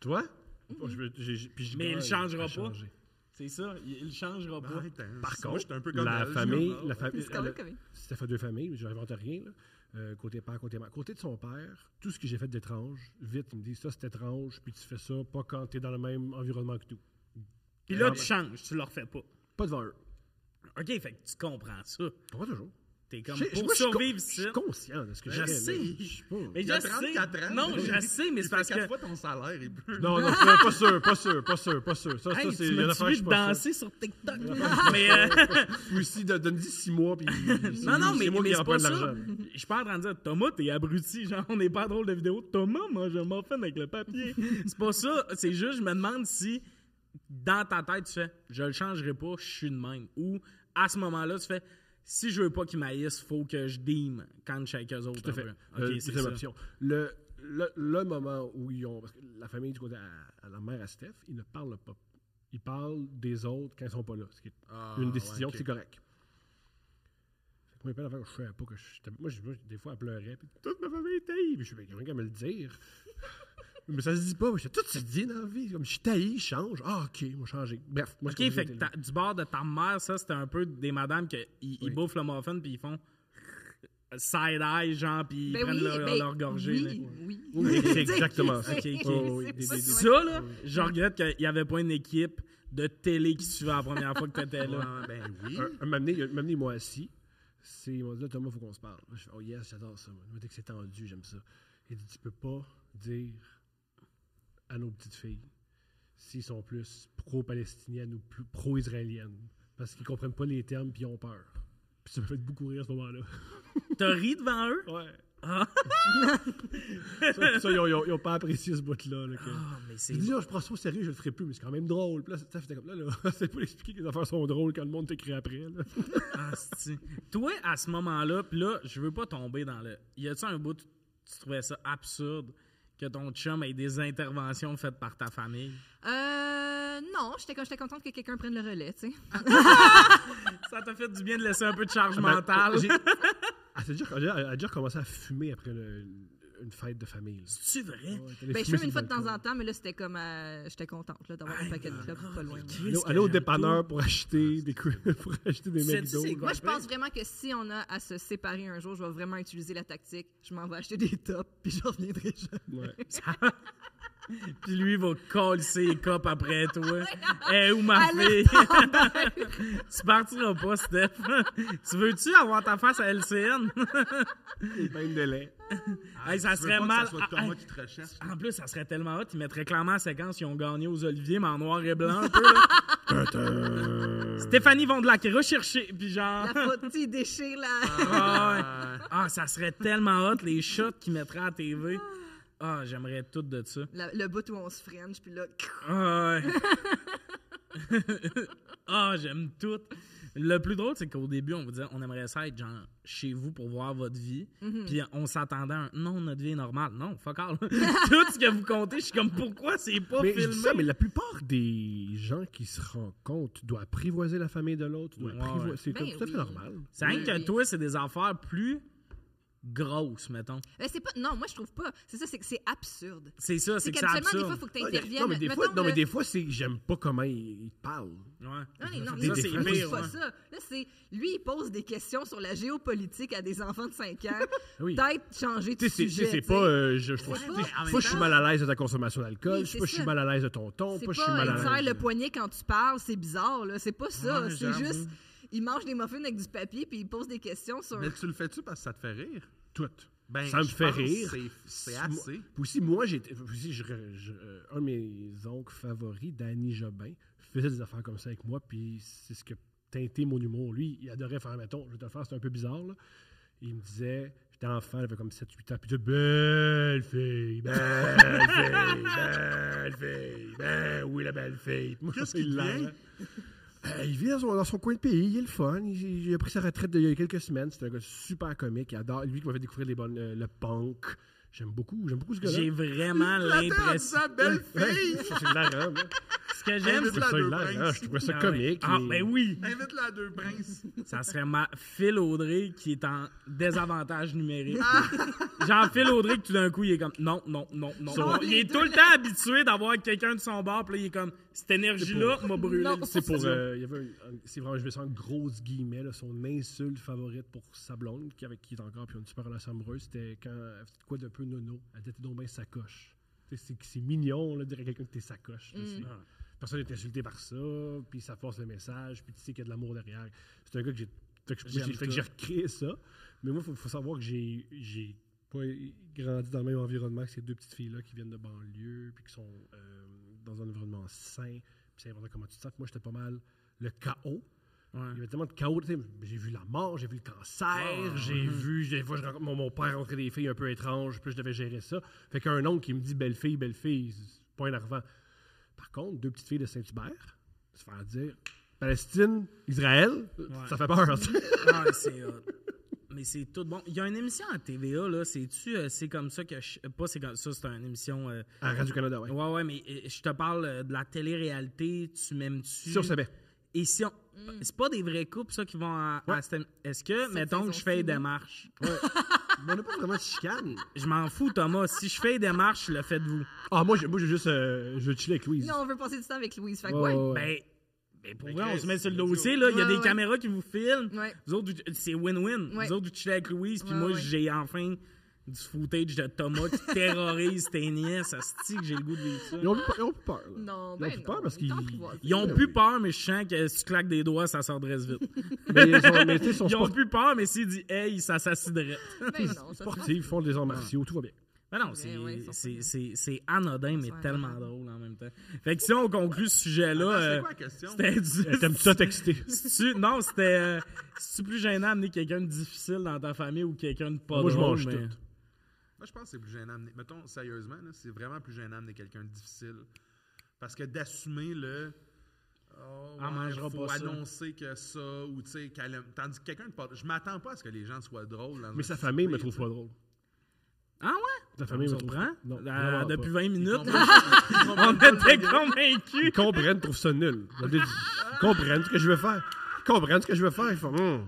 Tu vois
Mm-hmm.
Moi, je veux- j'ai- j'ai- puis je
Mais il
gagne
changera
à
pas.
changer.
C'est ça, il, il changera pas.
Ouais, Ah, attends, moi,
Par contre,
je suis un peu comme ah
la
elle,
famille,
je-
la famille,
C'est quand même
elle a-
comique.
ça fait deux familles, je n'invente rien. là. Euh, côté père, côté mère. Côté de son père, tout ce que j'ai fait d'étrange, vite, il me dit ça c'est étrange, puis tu fais ça pas quand tu es dans le même environnement que tout.
Puis là, tu changes, tu le refais pas.
Pas devant eux.
OK, fait que tu comprends ça.
Pas toujours.
T'es comme,
Je- je-
pour
moi, je suis con-
survivre
Je suis
ici...
conscient de ce que
Je
j'ai fait. là.
sais.
Je Oh. suis pas-
Mais
Il a
je
34
sais.
ans.
Non, je sais, mais
Il
c'est
fait
parce
quatre
que...
fois ton salaire. Il peut...
Non, non, pas sûr, pas sûr, pas sûr, pas sûr. Ça,
Hey,
ça c'est
tu
il y a
m'as
l'affaire que je
vu
suis pas sûr.
danser sur TikTok. mais... euh,
Ou si, de- donne-y six mois, puis. c'est-
Non, non,
c'est
mais,
moi
mais
qui
c'est pas
rapporte
ça.
l'argent.
Je suis pas en train de dire Thomas, t'es abruti, genre on n'est pas drôle de vidéo. Thomas mange un muffin avec le papier. c'est pas ça. C'est juste, je me demande si dans ta tête tu fais je le changerai pas, je suis de même. Ou à ce moment-là, tu fais si je veux pas qu'ils maïssent, faut que je dîme quand je suis avec eux autres.
Tout à fait.
un peu.
Euh,
Ok, c'est
deuxième
ça.
option. Le, le, le moment où ils ont. Parce que la famille du côté à, à la mère à Steph, ils ne parlent pas. Ils parlent des autres quand ils sont pas là. Ce qui est
Ah,
une
ouais,
décision,
ok.
c'est correct. Fait que Moi, il y a plein d'affaires que je savais pas que je- j'étais- Moi, je- moi, des fois, elle pleurait, puis toute ma famille est taillée. Puis je suis bien quelqu'un qui va me le dire. Mais ça se dit pas. Moi, je dis, tout se dit dans la vie. Comme je suis taillé, je change. Ah, OK, moi, changer. Bref, moi,
Ok,
je
fait que ta- du bord de ta mère, ça, c'était un peu des madames qui ils, ils
Oui.
bouffent le muffin puis ils font side-eye, genre, puis ils
Ben
prennent
oui,
leur,
ben
leur gorgée. là.
Oui, oui.
Oui, c'est exactement ça.
Ok, ok.
Oh, oui, des- des- des-
Ça, là, je regrette qu'il n'y avait pas une équipe de télé qui suivait la première fois que tu étais là.
Ouais, ben oui.
Un- un moment donné, il y a- un moment donné, moi assis, c'est, il m'a dit, là, Thomas, faut qu'on se parle. Je fais, oh yes, j'adore ça. Il m'a dit que c'est tendu, j'aime ça. Il dit, tu peux pas dire à nos petites filles s'ils sont plus pro-palestiniennes ou plus pro-israéliennes parce qu'ils comprennent pas les termes puis ils ont peur. Puis ça m'a fait beaucoup rire à ce moment-là.
T'as ri devant eux?
Ouais.
Ah.
ça, ça, ils, ont, ils ont- ils ont pas apprécié ce bout-là. là, que-
Ah, mais c'est.
Je dis, Ah, je prends ça au sérieux, je le ferai plus, mais c'est quand même drôle. Puis là, ça fait comme là, là, c'est pas expliquer que les affaires sont drôles quand le monde t'écrit après. Là.
Asti. Toi, à ce moment-là, puis là, je veux pas tomber dans le. Y a-tu un bout où tu trouvais ça absurde que ton chum ait des interventions faites par ta famille?
Euh, non, j'étais j'étais contente que quelqu'un prenne le relais, tu sais.
Ça t'a fait du bien de laisser un peu de charge
Ben,
mentale.
j'ai- Ah, c'est dur, elle a déjà commencé à fumer après une, une fête de famille. là.
C'est vrai?
Ouais, elle a
Ben, je
fumé
fume une
sur
fois
le
de temps en
balcon.
temps, mais là, c'était comme. euh, j'étais contente là, d'avoir un
Aïe,
paquet de
ben,
clubs
oh,
pas
ok.
loin. là.
Qu'est-ce
Aller,
que
aller au
j'aime
dépanneur pour
Ah,
acheter des cou- pour acheter des
C'est-
McDo.
c'est
Moi, je
Ouais,
pense vraiment que si on a à se séparer un jour, je vais vraiment utiliser la tactique. Je m'en vais acheter des tops, puis je reviendrai jamais.
Ouais.
Puis lui, il va coller ses copes après toi. Eh, où ma
Alerte
fille? tu partiras pas, Steph. tu veux-tu avoir ta face à LCN?
Même délai.
Hey, ça
Tu veux
serait
pas que
mal.
Ça soit
Ah,
Thomas
hey.
qui te recherche.
En plus, ça serait tellement hot. Ils mettraient clairement la séquence. Ils ont gagné aux Oliviers, mais en noir et blanc un peu. là. Stéphanie Vondelac, recherchée. Puis genre.
Ah.
La faute, tu déchire la.
Ah, ouais. Ah, ça serait tellement hot, les shots qu'ils mettraient à la TV. Ah, j'aimerais tout de ça.
la- le bout où on se french, puis là.
Ah, ouais. Ah, j'aime tout. Le plus drôle, c'est qu'au début, on vous disait, on aimerait ça être genre chez vous pour voir votre vie.
Mm-hmm.
Puis on s'attendait à un non, notre vie est normale. Non, fuck all. tout ce que vous comptez, je suis comme, pourquoi c'est pas
Mais je
filmé?
dis ça, mais la plupart des gens qui se rencontrent doivent apprivoiser la famille de l'autre. doivent
Ouais,
apprivoiser-
ouais.
C'est
Ben
tout à fait
oui.
normal.
C'est rien
Oui,
que
oui.
toi, c'est des affaires plus grosses, mettons.
Ben, c'est pas. Non, moi, je trouve pas. C'est ça, c'est que c'est absurde.
C'est ça, c'est
C'est
que c'est
qu'habituellement, des fois, il
absurde.
faut que tu
Ah, des-
interviennes.
non, mais des fois,
Mettons,
non, mais
là-
des fois, c'est j'aime pas comment ils, ils te parlent.
Ouais.
Non, mais non,
Ça,
mais
c'est
moi, je
pire,
trouve pas
hein.
ouais.
ça. Là, c'est lui, il pose des questions sur la géopolitique à des enfants de 5 ans.
Ah Oui.
Peut-être changer de
Tu sais, c'est- tu sais,
sujet.
c'est
tu
pas.
sais.
euh, je, je trouve,
C'est
tu
pas-
sais,
en même
pas je suis
temps-
mal à l'aise de ta consommation d'alcool.
Oui,
je sais
c'est
pas, je suis
ça.
mal à l'aise de ton ton.
C'est
Oh, Pas, je suis
pas,
mal
il
à
te
l'aise.
serre le poignet quand tu parles, c'est bizarre, là. C'est pas ça.
Ouais,
c'est
j'avoue.
juste, il mange des muffins avec du papier puis il pose des questions sur.
Mais tu le fais-tu parce que ça te fait rire?
Tout.
Ben,
ça me
je
fait
pense
rire.
c'est- C'est
Moi-
assez.
Puis aussi, moi, j'étais. puis aussi, je- je- euh, un de mes oncles favoris, Danny Jobin, faisait des affaires comme ça avec moi, puis c'est ce que teintait mon humour. Lui, il adorait faire, mettons, je vais te le faire, c'est un peu bizarre, là. Il me disait, j'étais enfant, j'avais comme 7-8 ans, puis il disait, belle fille, belle fille, belle fille, ben oui, la belle fille. Puis moi,
Qu'est-ce
il
qu'il
l'a-
devient?
Euh, il vit dans son, dans son coin de pays, il est le fun. Il, il a pris sa retraite de- il y a quelques semaines. C'est un gars super comique. Il adore, lui qui m'a fait découvrir les bonnes, euh, le punk. J'aime beaucoup, j'aime beaucoup ce gars-là.
J'ai vraiment l'impression.
sa belle
Ouais,
fille!
ça, c'est de la rame.
Ce que
Je
j'aime,
Invite-la à
trouvais ça
deux
hilarant,
princes.
Je trouvais ça
Ah,
comique.
Ah,
mais-
ben oui!
Invite-la à deux princes.
Ça serait ma Phil Audrey qui est en désavantage numérique.
Ah,
Ah,
Genre Phil Audrey que tout d'un coup, il est comme non, non, non, non. non. Il est tout le temps habitué d'avoir quelqu'un de son bord, puis là, il est comme cette énergie-là m'a brûlé.
Non,
le
c'est
Pour,
cerveau.
euh, il y avait un- c'est vraiment, je vais sans grosses guillemets, là, son insulte favorite pour sa blonde, qui, avec qui il est encore, puis une super relation amoureuse, c'était quand, elle faisait de quoi de peu nono, elle était donc bien sacoche. Tu sais, C'est c'est mignon, là, de dire à quelqu'un que t'es sacoche. là, c'est-
Ah.
Personne n'est insulté par ça, puis ça force le message, puis tu sais qu'il y a de l'amour derrière. C'est un gars que j'ai. Fait que, je-
J'aime
j'ai- fait que
tout.
j'ai recréé ça. Mais moi, il faut, faut savoir que j'ai- j'ai pas grandi dans le même environnement que ces deux petites filles-là qui viennent de banlieue, puis qui sont euh, dans un environnement sain, puis c'est important comment tu te sens. Puis Moi, j'étais pas mal le chaos.
Ouais.
Il y avait tellement de chaos. tu sais, J'ai vu la mort, j'ai vu le cancer,
Ah,
j'ai vu. Des fois, je rencontre mon, mon père rentrait des filles un peu étranges, puis je devais gérer ça. Fait qu'un oncle qui me dit belle fille, belle fille, c'est pas énervant. Par contre, deux petites filles de Saint-Hubert, se faire dire Palestine, Israël, ça fait peur. hein, tu sais.
Ah, c'est hot. Mais c'est tout bon. Il y a une émission à TVA, là. C'est-tu, euh, c'est comme ça que je. euh, Pas c'est comme ça, c'est une émission. euh,
À Radio-Canada, ouais.
Ouais, ouais, mais euh, je te parle euh, de la télé-réalité. Tu m'aimes-tu?
Si on savait.
Et si on.
Mm.
C'est pas des vrais couples, ça, qui vont à. à cette- Est-ce que, mettons que je fais des démarches?
Mais on n'a pas vraiment de chicane.
Je m'en fous, Thomas. Si je fais des démarches, le faites-vous.
Ah, moi, j'ai moi, j'ai juste. euh, je veux chiller avec Louise.
Non, on veut passer du temps avec Louise. Fait que
Ouais,
ouais.
ouais, ouais.
Ben, ben, pour
Ben,
vrai, on
Chris,
se met sur le
let's
dossier, là. Il y a
Ouais,
des
ouais.
caméras qui vous filment.
Ouais.
Vous autres, vous- c'est win-win.
Ouais.
Vous autres, vous chillez avec Louise, puis
Ouais,
moi,
ouais.
j'ai enfin du footage de Thomas qui terrorise tes nièces. Asti que j'ai le goût de vivre ça.
Ils ont, plus peur- ils ont plus peur. Là.
Non,
ils
ben
ont plus
non,
peur parce
ils
qu'ils.
t'en apprivoisent.
Ils ont
Ben
plus
oui.
peur, mais je sens que si tu claques des doigts, ça s'adresse vite.
Mais ils sont, mais, tu sais, ils sont
Ils ont
sport-
plus peur, mais s'il dit « hey », ça s'assidrait.
Ben non, ça se
sportifs, ils font des arts martiaux, tout va bien.
Ben non,
Ouais,
c'est
ouais, ils sont
c'est-
pas
c'est- c'est anodin, mais
sont
tellement
adorables.
drôle en même temps. Fait que si on conclut ce sujet-là...
Attends,
euh,
c'est quoi la question?
C'était du...
Euh, T'aimes-tu ça texter?
C'est-tu- Non, c'était. euh, C'est-tu plus gênant d'amener quelqu'un de difficile dans ta famille ou quelqu'un de pas
Moi, je
drôle,
mange
mais-
tout.
Moi, je pense que c'est plus gênant. d'amener- Mettons, sérieusement, là, c'est vraiment plus gênant d'amener quelqu'un de difficile. Parce que d'assumer le. Oh,
Ah,
ouais,
mangera
faut
pas ça.
annoncer que ça, ou tu sais, qu'elle aime- Tandis que quelqu'un de pas. Je m'attends pas à ce que les gens soient drôles. Dans
Mais
un
sa famille me
souper,
trouve pas drôle.
Ah ouais?
Sa famille me
Ça
trouve
prend?
Non,
Euh,
vraiment pas.
depuis 20
Ils
minutes,
comprennent-
là,
ils
on
comprennent pas le
était
gars.
convaincus.
Ils comprennent, ils trouvent ça nul. Ils ont dit, Ils comprennent ce que je veux faire. Ils comprennent ce que je veux faire. Ils font, Hum,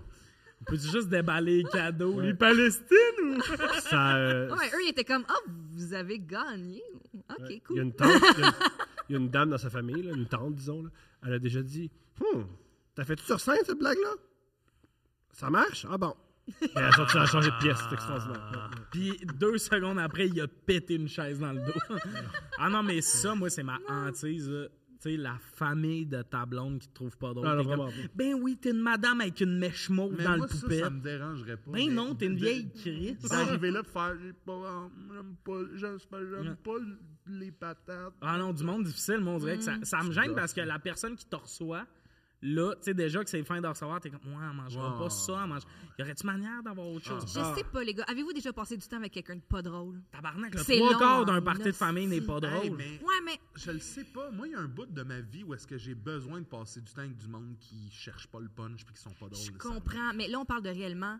On peut juste déballer les cadeaux.
Ouais.
Les Palestines ou.
ça. euh,
Ouais, eux, ils étaient comme, ah, vous avez gagné. Ok,
Il y a
cool.
une tante, il y a une, il y a une dame dans sa famille, là, une tante, disons, là, elle a déjà dit Hum, t'as fait-tu sur scène cette blague-là Ça marche Ah bon. Et elle a sorti- elle a changé de pièce, c'est
Ah.
extraordinaire. Ouais, ouais.
Puis deux secondes après, il a pété une chaise dans le dos. ah non, mais ça, moi, c'est ma hantise. là. Tu sais, la famille de ta blonde qui te trouve pas drôle.
Ah, Non, non,
T'es comme,
vraiment pas.
ben oui, t'es une madame avec une mèche mauve
Mais
dans
moi,
le
ça,
poupet.
Ça me dérangerait pas.
Ben
mais
non, t'es une
de-
vieille crise.
D'arriver là pour faire. J'ai pas- J'aime pas, j'aime pas, j'aime pas les patates.
Ah non, du monde difficile, moi, on dirait que ça, ça me gêne parce que la personne qui te reçoit, là, tu sais, déjà que c'est fin de recevoir, t'es comme, ouais, elle mangera
Wow.
pas ça, elle mange. Y aurait-tu manière d'avoir autre chose?
Je
Ah.
sais pas, les gars, avez-vous déjà passé du temps avec quelqu'un de pas drôle?
Tabarnak, le
C'est
trois
long,
quarts
hein,
d'un party de
merci.
famille n'est pas drôle.
Hey, mais
Ouais, mais
Je le sais pas. Moi, il y a un bout de ma vie où est-ce que j'ai besoin de passer du temps avec du monde qui cherche pas le punch puis qui sont pas drôles.
je
de ça.
comprends. Mais là, on parle de réellement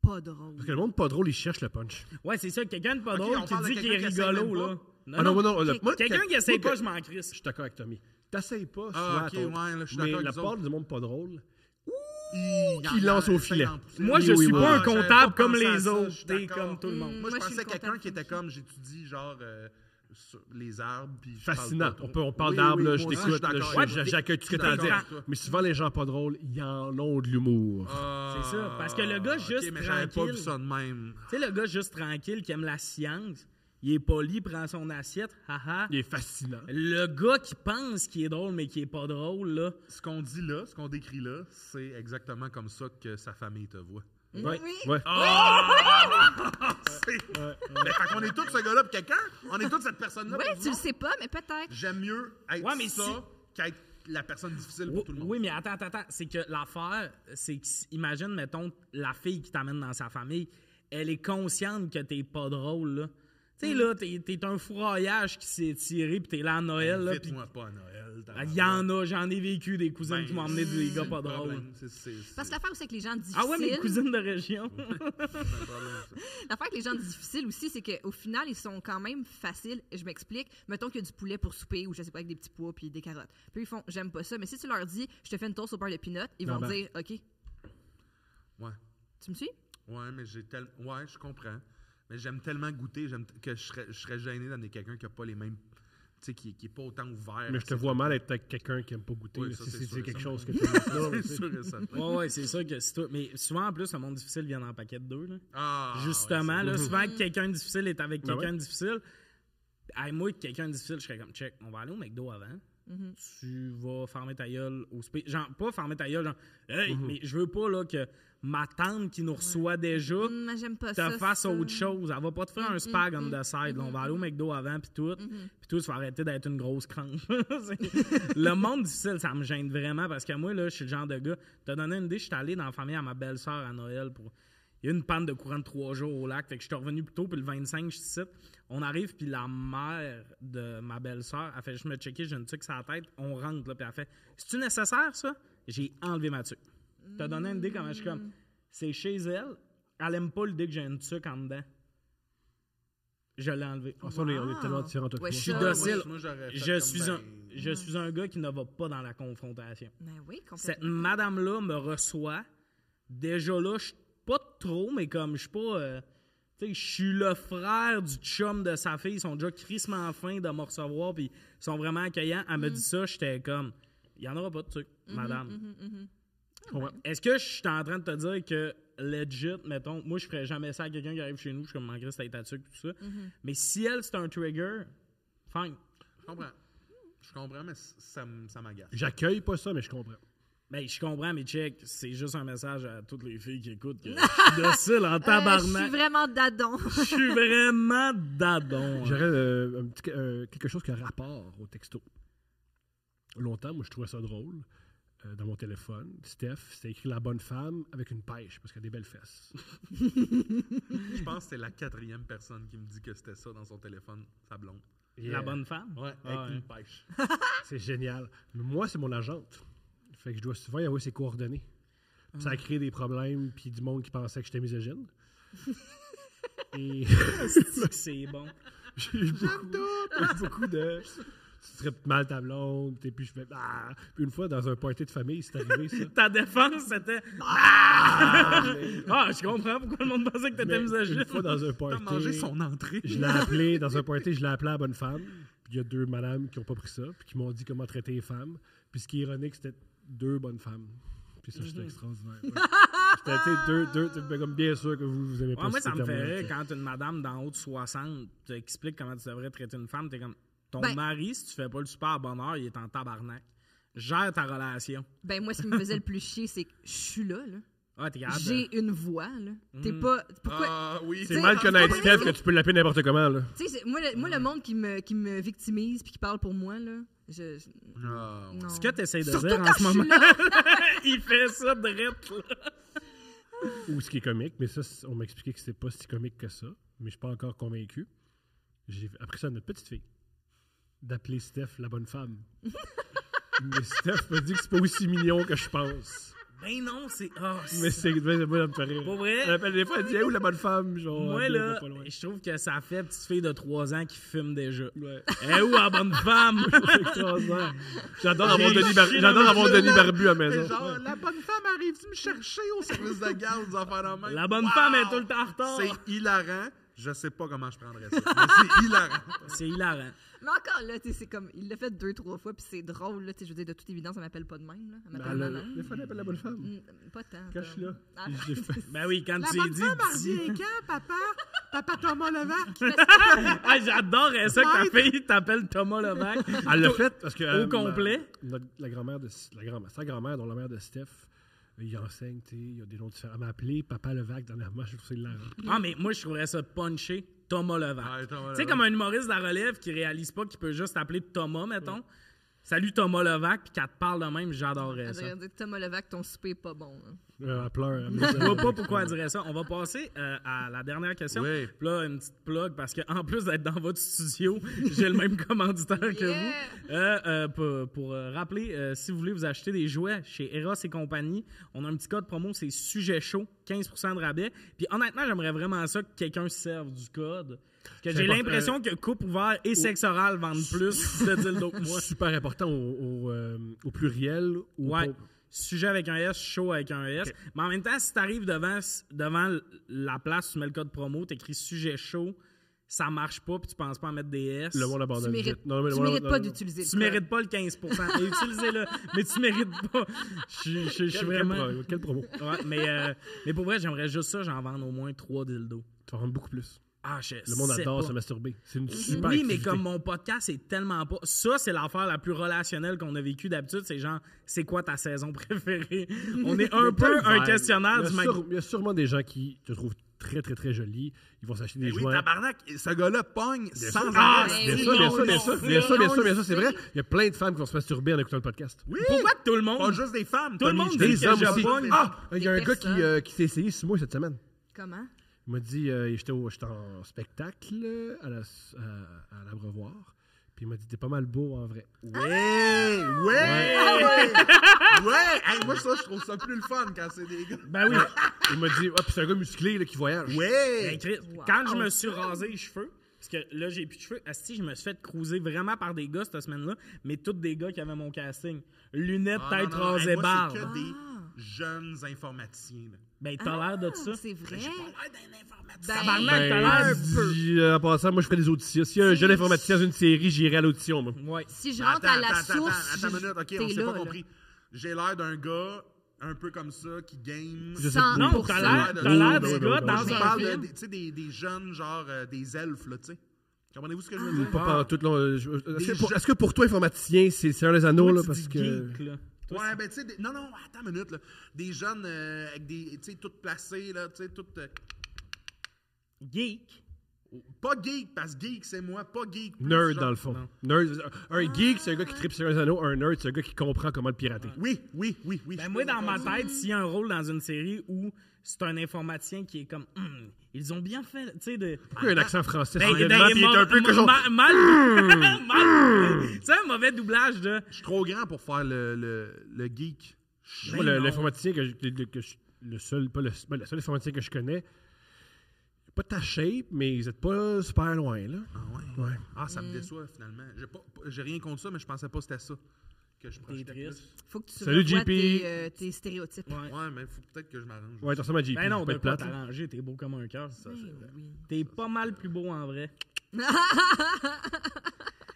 pas drôle.
Parce que le monde pas drôle, il cherche le punch.
Ah
Ouais, c'est ça, quelqu'un de pas
Ok,
drôle
on
qui
parle de
dit qu'il est
quelqu'un qui essaie
rigolo,
même
là.
ah non, moi, non,
ok.
le- moi,
Quelqu'un
que-
qui essaie
moi,
pas,
que-
je m'en crisse.
Je suis d'accord avec Tommy. T'essayes pas,
Ah,
soit.
ok,
ton-
ouais, là, je suis
mais
d'accord
la
avec vous
part
autres.
du monde pas drôle,
Il y en
qui
a,
lance au
essaye
filet.
d'en pousser.
Moi,
Oui,
je
oui,
suis
oui,
pas
oui.
un
Ah, j'avais
comptable
pas
comme
pensé à
les
ça,
autres.
je suis
T'es
d'accord.
comme tout le monde.
Moi,
Moi,
je
je suis
pensais à
le
quelqu'un
comptable
qui était
comptable.
comme j'étudie genre euh, sur les arbres puis je parle
Fascinant.
pas trop.
On, peut- on parle
Oui,
d'arbres,
oui,
là,
moi
je
aussi,
t'écoute,
suis
là,
d'accord.
je- j'accueille tout ce que
Je
t'as
suis
à
d'accord
dire.
avec toi.
Mais souvent, les gens pas drôles, ils en ont de l'humour.
Ah,
C'est ça, parce que le gars
ok,
juste
mais j'avais pas vu
tranquille.
ça de même.
Tu sais, le gars juste tranquille qui aime la science, il est poli, prend son assiette, haha.
Il est fascinant.
Le gars qui pense qu'il est drôle mais qui est pas drôle, là.
Ce qu'on dit là, ce qu'on décrit là, c'est exactement comme ça que sa famille te voit.
Ouais.
Oui.
ouais.
Ah, Mais fait qu'on est tous ce gars-là pour quelqu'un, on est tous cette personne-là.
Ouais,
pour
tu
vous
le sais pas, mais peut-être.
J'aime mieux être
Ouais, mais
ça
si-
qu'être la personne difficile
Oui,
pour tout le monde.
oui, mais attends, attends, attends. C'est que l'affaire, c'est que, si- imagine, mettons, la fille qui t'amène dans sa famille, elle est consciente que t'es pas drôle, là. Tu sais, là, t'es, t'es un fourraillage qui s'est tiré, puis t'es là à Noël, là, puis Ah,
Invite-moi pas à Noël.
il y en a, j'en ai vécu des cousines
Ben,
qui m'ont emmené des
c'est
gars
le
pas drôles.
problème. C'est- c'est- c'est-
Parce que l'affaire aussi avec les gens difficiles.
Ah ouais, mes cousines de région.
c'est un problème, ça.
L'affaire avec les gens difficiles aussi, c'est qu'au final, ils sont quand même faciles. Je m'explique. Mettons qu'il y a du poulet pour souper ou je sais pas, avec des petits pois puis des carottes. Puis ils font, j'aime pas ça. Mais si tu leur dis, je te fais une toast au beurre de pinot, ils
Non,
vont
ben.
dire, OK,
Ouais,
tu me suis?
ouais, mais j'ai tel... Ouais, je comprends. Mais j'aime tellement goûter j'aime t- que je serais, je serais gêné d'amener quelqu'un qui a pas les mêmes. Tu sais, qui, qui est pas autant ouvert.
Mais je te vois mal être avec quelqu'un qui aime pas goûter.
Oui,
là,
ça,
si
c'est
c'est
sûr et
quelque
certain.
chose que tu aimes pas, là,
C'est
tu sais.
sûr et certain.
ouais, ouais, c'est sûr que c'est tout. Mais souvent, en plus, le monde difficile vient en paquet de deux, là.
Ah,
Justement,
ouais,
là, souvent, quelqu'un de difficile est avec
Ben
quelqu'un
ouais.
de difficile. Hey, moi, quelqu'un de difficile, je serais comme check, on va aller au McDo avant. Tu vas farmer ta gueule au spé. Genre, pas farmer ta gueule, genre, hey, mais je veux pas là, que ma tante qui nous reçoit déjà
Hum, mais j'aime pas
te
ça.
fasse
ça. Mm,
autre chose. Elle va pas te faire un spag on the side. là. on va aller au McDo avant, puis tout.
Mm-hmm.
Puis tout, tu vas arrêter d'être une grosse crampe. C'est- le monde difficile, ça me gêne vraiment parce que moi, là, je suis le genre de gars. Te donner une idée, je suis allé dans la famille à ma belle-sœur à Noël pour. Il y a eu une panne de courant de trois jours au lac. Fait que je suis revenu plus tôt, puis le 25, je suis ici. On arrive, puis la mère de ma belle-sœur, elle fait Je me checker, j'ai une tuque sur la tête. On rentre, là, puis elle fait C'est-tu nécessaire, ça J'ai enlevé ma tuque. T'as donné une idée comment je suis comme C'est chez elle, Elle aime pas l'idée que j'ai une tuque en dedans. Je l'ai enlevé.
Ah, ça, on, est, on est
Wow.
tellement différents. toi,
Ouais,
puis
Je suis
Ah,
Ah,
oui.
docile.
moi, j'aurais fait
Je
comme
suis,
ben-
un, je suis un gars qui ne va pas dans la confrontation.
Ben oui,
Cette
complètement.
madame-là me reçoit. Déjà là, je suis pas trop, mais comme je suis pas. euh, tu sais, je suis le frère du chum de sa fille. Ils sont déjà crissement fins de me recevoir, puis ils sont vraiment accueillants. Elle me dit ça, j'étais comme. Il y en aura pas de truc, madame.
moi, je comprends.
Est-ce que je suis en train de te dire que legit, mettons, moi je ferais jamais ça à quelqu'un qui arrive chez nous, je suis comme en Christ, t'as tout ça. Mais si elle c'est un trigger, fine.
Je comprends. Je comprends, mais c- ça, m- ça m'agace.
J'accueille pas ça, mais je comprends.
Ben, je comprends, mais check, c'est juste un message à toutes les filles qui écoutent que je suis docile en
Euh, je suis
tabarnak.
vraiment dadon.
Je suis vraiment dadon. hein.
J'aurais euh, un petit- euh, quelque chose qui a rapport au texto. Longtemps, moi, je trouvais ça drôle. euh, dans mon téléphone, Steph, c'était écrit La bonne femme avec une pêche parce qu'elle a des belles fesses.
Je pense que c'est la quatrième personne qui me dit que c'était ça dans son téléphone, sa blonde.
La bonne femme?
Ouais, avec
Ah, ouais.
une pêche.
C'est génial. Mais moi, c'est mon agente. Fait que je dois souvent y avoir ses coordonnées. Puis
Ah.
Ça a créé des problèmes, puis du monde qui pensait que j'étais misogyne. Et
Asti que c'est bon.
j'ai eu beaucoup, j'ai eu beaucoup de. Tu traites mal ta blonde, et puis je fais. Ah! Puis une fois, dans un party de famille, c'est arrivé ça.
Ta défense, c'était. Ah! je comprends pourquoi le monde pensait que
Mais
t'étais
une
misogyne.
fois, dans un
T'as mangé
party.
son entrée.
Je l'ai appelé, dans un party, je l'ai appelé à la bonne femme. Puis il y a deux madames qui n'ont pas pris ça, puis qui m'ont dit comment traiter les femmes. Puis ce qui est ironique, c'était deux bonnes femmes. Puis ça, c'était extraordinaire. ouais. J'étais, tu sais, deux, deux, tu sais, comme bien sûr que vous, vous aimez pas
Ouais, moi,
ce
ça me
terme-là,
ferait
tu sais.
quand une madame d'en haut de 60 t'explique comment tu devrais traiter une femme, t'es comme ton
Ben-
mari, si tu fais pas le super à bonne heure, il est en tabarnak. Gère ta relation.
Ben moi, ce qui me faisait le plus chier, c'est que je suis là, là.
Ah, Mm. t'es capable. de-
J'ai une voix, là. T'es pas... Pourquoi...
Ah oui,
C'est mal connaître Steph que tu peux l'appeler n'importe comment, là.
Tu sais, c'est- moi, le, moi,
Mm.
le monde qui me, qui me victimise puis qui parle pour moi, là, je... je-
Ah, ouais.
non.
Ce que t'essayes de
Surtout
dire en
quand
ce
je suis
moment,
là.
il fait ça drette, là.
Ou ce qui est comique, mais ça, c'est- on m'a expliqué que c'était pas si comique que ça. Mais je suis pas encore convaincu. J'ai appris ça à notre petite fille d'appeler Steph la bonne femme. mais Steph m'a dit que c'est pas aussi mignon que je pense.
Ben non, c'est. ah, c'est-
Mais c'est mais moi, ça me fait rire.
Pour vrai?
Elle appelle des fois, elle dit Hey, où la bonne femme genre,
Moi,
elle est
là,
pas loin.
je trouve que ça fait petite fille de 3 ans qui fume déjà.
Ouais.
Eh où, la bonne femme?
C'est extraordinaire. J'adore avoir
J'ai
Denis, Bar-
chié
j'adore
dans
avoir
ma
Denis Barbu à la maison.
Genre, la bonne femme arrive-tu me chercher au service de garde, des affaires en main?
La bonne femme est tout le temps en retard.
C'est hilarant. Je sais pas comment je prendrais ça. mais c'est hilarant.
C'est hilarant.
Mais encore là, tu sais, c'est comme... Il l'a fait deux, trois fois, puis c'est drôle, là. Tu sais, je veux dire, de toute évidence, elle m'appelle pas de même, là. Elle
Ben,
m'appelle
elle a-
maman.
Des fois, elle appelle la bonne femme.
Mm, Pas tant.
Quand je suis là.
Ah.
puis j'ai fait-
Ben oui, quand tu dis. dis-
quand, papa? Papa Thomas Levac?
Ah, J'adorerais ça que ta fille t'appelle Thomas Levac.
Elle l'a fait parce que. euh, ma-
complet?
notre- la grand-mère de. La grand sa grand-mère, dont la mère de Steph, euh, il enseigne, tu sais, il y a des noms différents. Elle m'a appelé Papa Levac dernièrement, je trouve c'est hilarant.
Ah, mais moi, je trouverais ça punché Thomas
Ouais,
Levac.
Thomas
tu sais,
Levac.
comme un humoriste de la relève qui réalise pas qu'il peut juste t'appeler Thomas, mettons. Salut Thomas Levac, puis qu'elle te parle de même, j'adorerais
Elle
ça.
devrait dire, Thomas Levac, ton souper est pas bon, là.
Euh, elle pleure. Elle
Je vois pas pourquoi elle dirait ça. On va passer euh, à la dernière question.
Oui.
Puis Là, une petite plug, parce qu'en plus d'être dans votre studio, j'ai le même commanditaire que
Yeah!
vous. Euh, euh, pour pour, euh, rappeler, euh, si vous voulez vous acheter des jouets chez Eros et compagnie, on a un petit code promo, c'est sujet chaud, 15 de rabais. Puis honnêtement, j'aimerais vraiment ça que quelqu'un se serve du code. Parce que
C'est
j'ai
important. Euh,
l'impression que coupe ouvert et sexe oral vendent plus de dildo que moi.
Super important au, au, euh, au pluriel. Ou
Ouais. Sujet avec un S, show avec un S. Mais en même temps, si t'arrives devant, devant l- la place, tu mets le code promo, t'écris sujet chaud, ça marche pas, puis tu penses pas en mettre des S.
Le monde
Tu
abandonne.
mérites,
vite. Non, mais le
tu
monde-
mérites
non,
pas
non.
d'utiliser le
tu
code.
mérites pas le 15 Et Utilisez-le, mais tu mérites pas. Je je- je suis
Quel,
vraiment.
promo, quel promo?
Ouais, mais, euh, mais pour vrai, j'aimerais juste ça, j'en vends au moins 3 dildos.
Tu vas rendre beaucoup plus.
Ah, je
Le monde
sais
adore
pas.
se masturber. C'est une
Oui,
super
mais
activité.
comme mon podcast est tellement pas. Ça, c'est l'affaire la plus relationnelle qu'on a vécue d'habitude. C'est genre, c'est quoi ta saison préférée? On est un peu un
Ouais.
questionnaire
il y a
du mag-
sûre- Il y a sûrement des gens qui te trouvent très, très, très jolie. Ils vont s'acheter des
Ben
Ben Oui,
joints.
tabarnak, ce gars-là pogne sans
Ah,
arrêt.
Bien
oui,
sûr, bien
on
sûr, bien
le
sûr,
sait,
bien sûr, bien
on
sûr, bien
le
sûr, c'est
sait.
vrai. Il y a plein de femmes qui vont se masturber en écoutant le podcast.
Oui,
Pourquoi que tout le
pas
monde.
juste des femmes.
Tout le
Tommy,
monde
je
dit
dis
que
Des hommes
je
aussi.
pogne.
Ah! Il y a un
Des
gars qui,
personnes.
euh, qui s'est essayé sur moi cette semaine.
Comment?
euh, Il m'a dit, euh, j'étais au- j'étais en spectacle à la- à- à l'Abreuvoir. Puis il m'a dit, t'es pas mal beau en vrai.
Ouais! Ouais! Ouais! Hey, moi, ça, je trouve ça plus le fun quand c'est des gars.
Ben oui! il m'a dit, ah, puis c'est un gars musclé là, qui voyage.
Ben,
Ouais!
Chris,
Wow.
Quand je me suis rasé les cheveux, parce que là, j'ai plus de cheveux, asti, je me suis fait cruiser vraiment par des gars cette semaine-là, mais tous des gars qui avaient mon casting. Lunettes,
Ah, non,
tête
non, non.
rasée,
Hey, moi,
barbe.
C'est que des
Ah.
jeunes informaticiens. là. Ben,
Ben, t'as
Ah.
l'air de ça.
C'est vrai. Ben,
Tabarnak, t'as
Ben,
l'air.
dis- en passant, moi, je ferais des auditions. S'il y a un jeune informaticien dans une série, j'irai à l'audition, moi.
Ouais.
Si je
Mais
rentre à la
attends,
source,
attends, attends,
je-
minute, ok,
t'es
on s'est
là,
pas
là.
compris. J'ai l'air d'un gars un peu comme ça qui game.
Je sais
Sans-
pas.
Non, t'as l'air
Oui,
t'as l'air
oui,
du
oui,
gars
oui,
dans
Je
oui.
un
parle de-
film.
des, tu sais, des, des jeunes, genre euh, des elfes, là, tu sais. Comprenez-vous ce que je
Ah.
veux dire? Ah.
Pas pantoute, là, euh, je- Est-ce que,
Des
pour-
gens-
est-ce que pour toi, informaticien, c'est c'est un des anneaux,
Toi,
là,
tu
parce
dis
que.
geek, là. Toi,
Ouais, ben tu sais, des- non, non, attends une minute, là. Des jeunes euh, avec des, tu sais, toutes placées, là, tu sais, toutes... euh,
c'est Geek.
pas geek, parce que geek, c'est moi, pas geek. plus
Nerd,
genre-
dans le fond. Nerd. Un geek, c'est un gars qui tripe sur un anneau. Un nerd, c'est un gars qui comprend comment le pirater.
Ah.
Oui, oui, oui, oui.
Ben
je
moi,
suis pas
dans ma
d'accord.
tête, s'il y a un rôle dans une série où c'est un informaticien qui est comme, Hum, ils ont bien fait, tu sais, de.
Pourquoi il y a un accent français?
Ben,
sur
il
l'événement, puis il est un peu Hum. cochon.
mal, mal, mal- tu sais, un mauvais doublage de.
Je suis trop grand pour faire le, le, le geek. Je-
Moi,
Ben
le-
non.
l'informaticien que, je- que, que je- le seul, pas le, ben, le seul informaticien que je connais, pas de ta shape, mais vous êtes pas super loin, là.
Ah, ouais.
Ouais.
Ah,
Mm.
ça me déçoit, finalement. J'ai pas- pas- J'ai rien contre ça, mais je pensais pas que c'était ça que je projetais
triste.
plus.
Faut que tu
Salut,
revoies
JP.
tes, euh, tes stéréotypes.
Ouais.
Ouais, mais faut peut-être que je m'arrange.
Ouais, t'as ressembles à JP.
Ben non,
pas
de
de
quoi
plate. là.
t'arranger, t'es beau comme un cœur.
Ben oui.
T'es pas mal plus beau en vrai.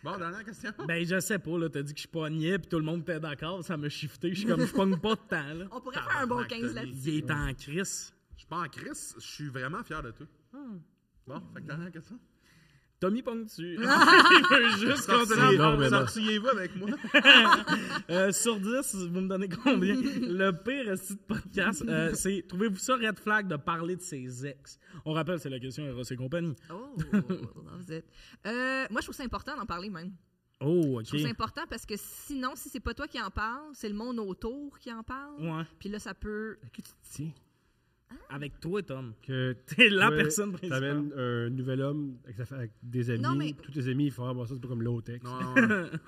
Bon, dernière question.
Ben je sais pas, là, t'as dit que je suis pas niais, pis tout le monde était d'accord, ça m'a shifté, je suis comme, je pogne pas de temps, là.
On pourrait faire un bon
Tabarnak,
15
Tony.
là-dessus.
Il est en crise.
Je suis pas en crise, je suis vraiment fier de toi.
Hmm.
Bon, fait que dernière question.
Tommy ponctu. Il veut juste continuer. à
non, mais
parler.
non.
Sortiriez-vous avec moi?
Euh, sur 10, vous me donnez combien? Le pire site de podcast, euh, c'est trouvez-vous ça red flag de parler de ses ex? On rappelle, c'est la question Eros et compagnie.
Oh, loves it. Euh, moi, je trouve ça important d'en parler même.
Oh,
Je
ok.
trouve ça important parce que sinon, si c'est pas toi qui en parle, c'est le monde autour qui en parle.
Ouais.
Puis là, ça peut.
Que tu te tiens?
Avec toi, Tom.
Que
T'es la
toi,
personne principale.
T'amènes un nouvel homme avec, sa- avec des amis.
Non, mais-
Tous tes amis, ils font ah, bon, ça, c'est pas comme l'autre ex.
Non, ouais. Je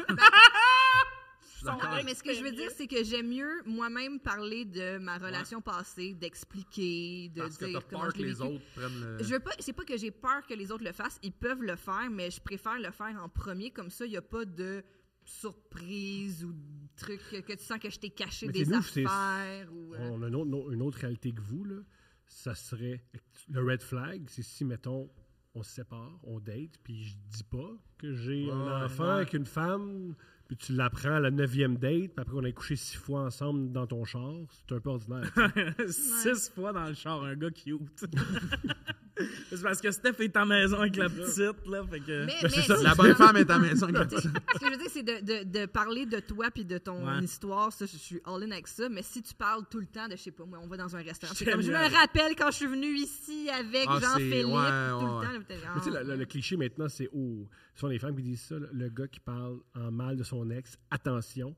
suis d'accord.
Ouais, Ah, mais ce que je veux dire, c'est que j'aime mieux moi-même parler de ma relation passée, d'expliquer, de
Parce que
dire
t'as
comment
peur
je
que
l'ai
les
vécu.
autres euh, prennent le.
Je veux pas, c'est pas que j'ai peur que les autres le fassent, ils peuvent le faire, mais je préfère le faire en premier, comme ça, il n'y a pas de surprise ou de truc que, que tu sens que je t'ai caché
Mais
des
c'est nous, c'est-
affaires. Ou, euh,
On a une autre, no- une autre réalité que vous, là. Ça serait. Le red flag, c'est si, mettons, on se sépare, on date, puis je dis pas que j'ai
Ouais,
un enfant
ouais.
avec une femme, puis tu l'apprends à la neuvième date, puis après on a couché six fois ensemble dans ton char, c'est un peu ordinaire. tu sais.
Six fois dans le char, un gars cute. c'est parce que Steph est en maison avec la petite, là, fait que...
Mais,
Ben, c'est ça,
La bonne femme est à la maison. comme ça.
Ce que je veux dire, c'est de, de- de parler de toi puis de ton
Ouais.
histoire. Ça, je suis all-in avec ça. Mais si tu parles tout le temps de, je sais pas, moi, on va dans un restaurant.
Je
C'est comme, je
t'aime,
me rappelle quand je suis venue ici avec
Ah, c'est-
Jean-Philippe.
ouais,
tout
ouais.
le temps, là, t'es-
Mais tu sais, le, le- le cliché maintenant, c'est oh, ce sont les femmes qui disent ça, le, le gars qui parle en mal de son ex, attention.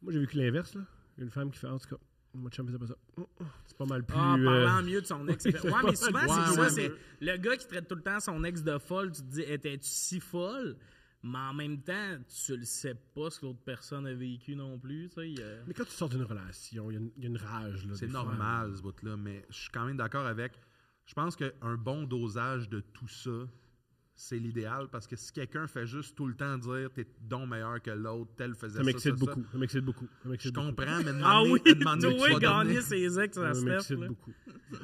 Moi, j'ai vécu l'inverse, là. Une femme qui fait, en tout cas, mon chum faisait pas ça. Mm, mm. C'est pas mal plus.
Ah,
euh,
parlant mieux de son ex.
oui,
Ouais,
c'est
mais
pas-
souvent,
Ouais,
c'est ça.
ouais,
C'est
mais-
le gars qui traite tout le temps son ex de folle. Tu te dis, étais-tu si folle? Mais en même temps, tu le sais pas ce que l'autre personne a vécu non plus. Tu sais. il y a-
Mais quand tu sors d'une relation, il y, a une- il y a une rage. là,
C'est
des fois.
normal, ce bout-là, mais je suis quand même d'accord avec. Je pense qu'un bon dosage de tout ça, c'est l'idéal parce que si quelqu'un fait juste tout le temps dire t'es donc meilleur que l'autre, tel faisait
Ça
ça.
m'excite
ça,
beaucoup.
Ça.
Ça m'excite beaucoup. Ça
Je
m'excite beaucoup.
comprends, mais
Ah oui,
une manière
Joey gagner ses ex à
Ça
Steph.
m'excite
là.
beaucoup.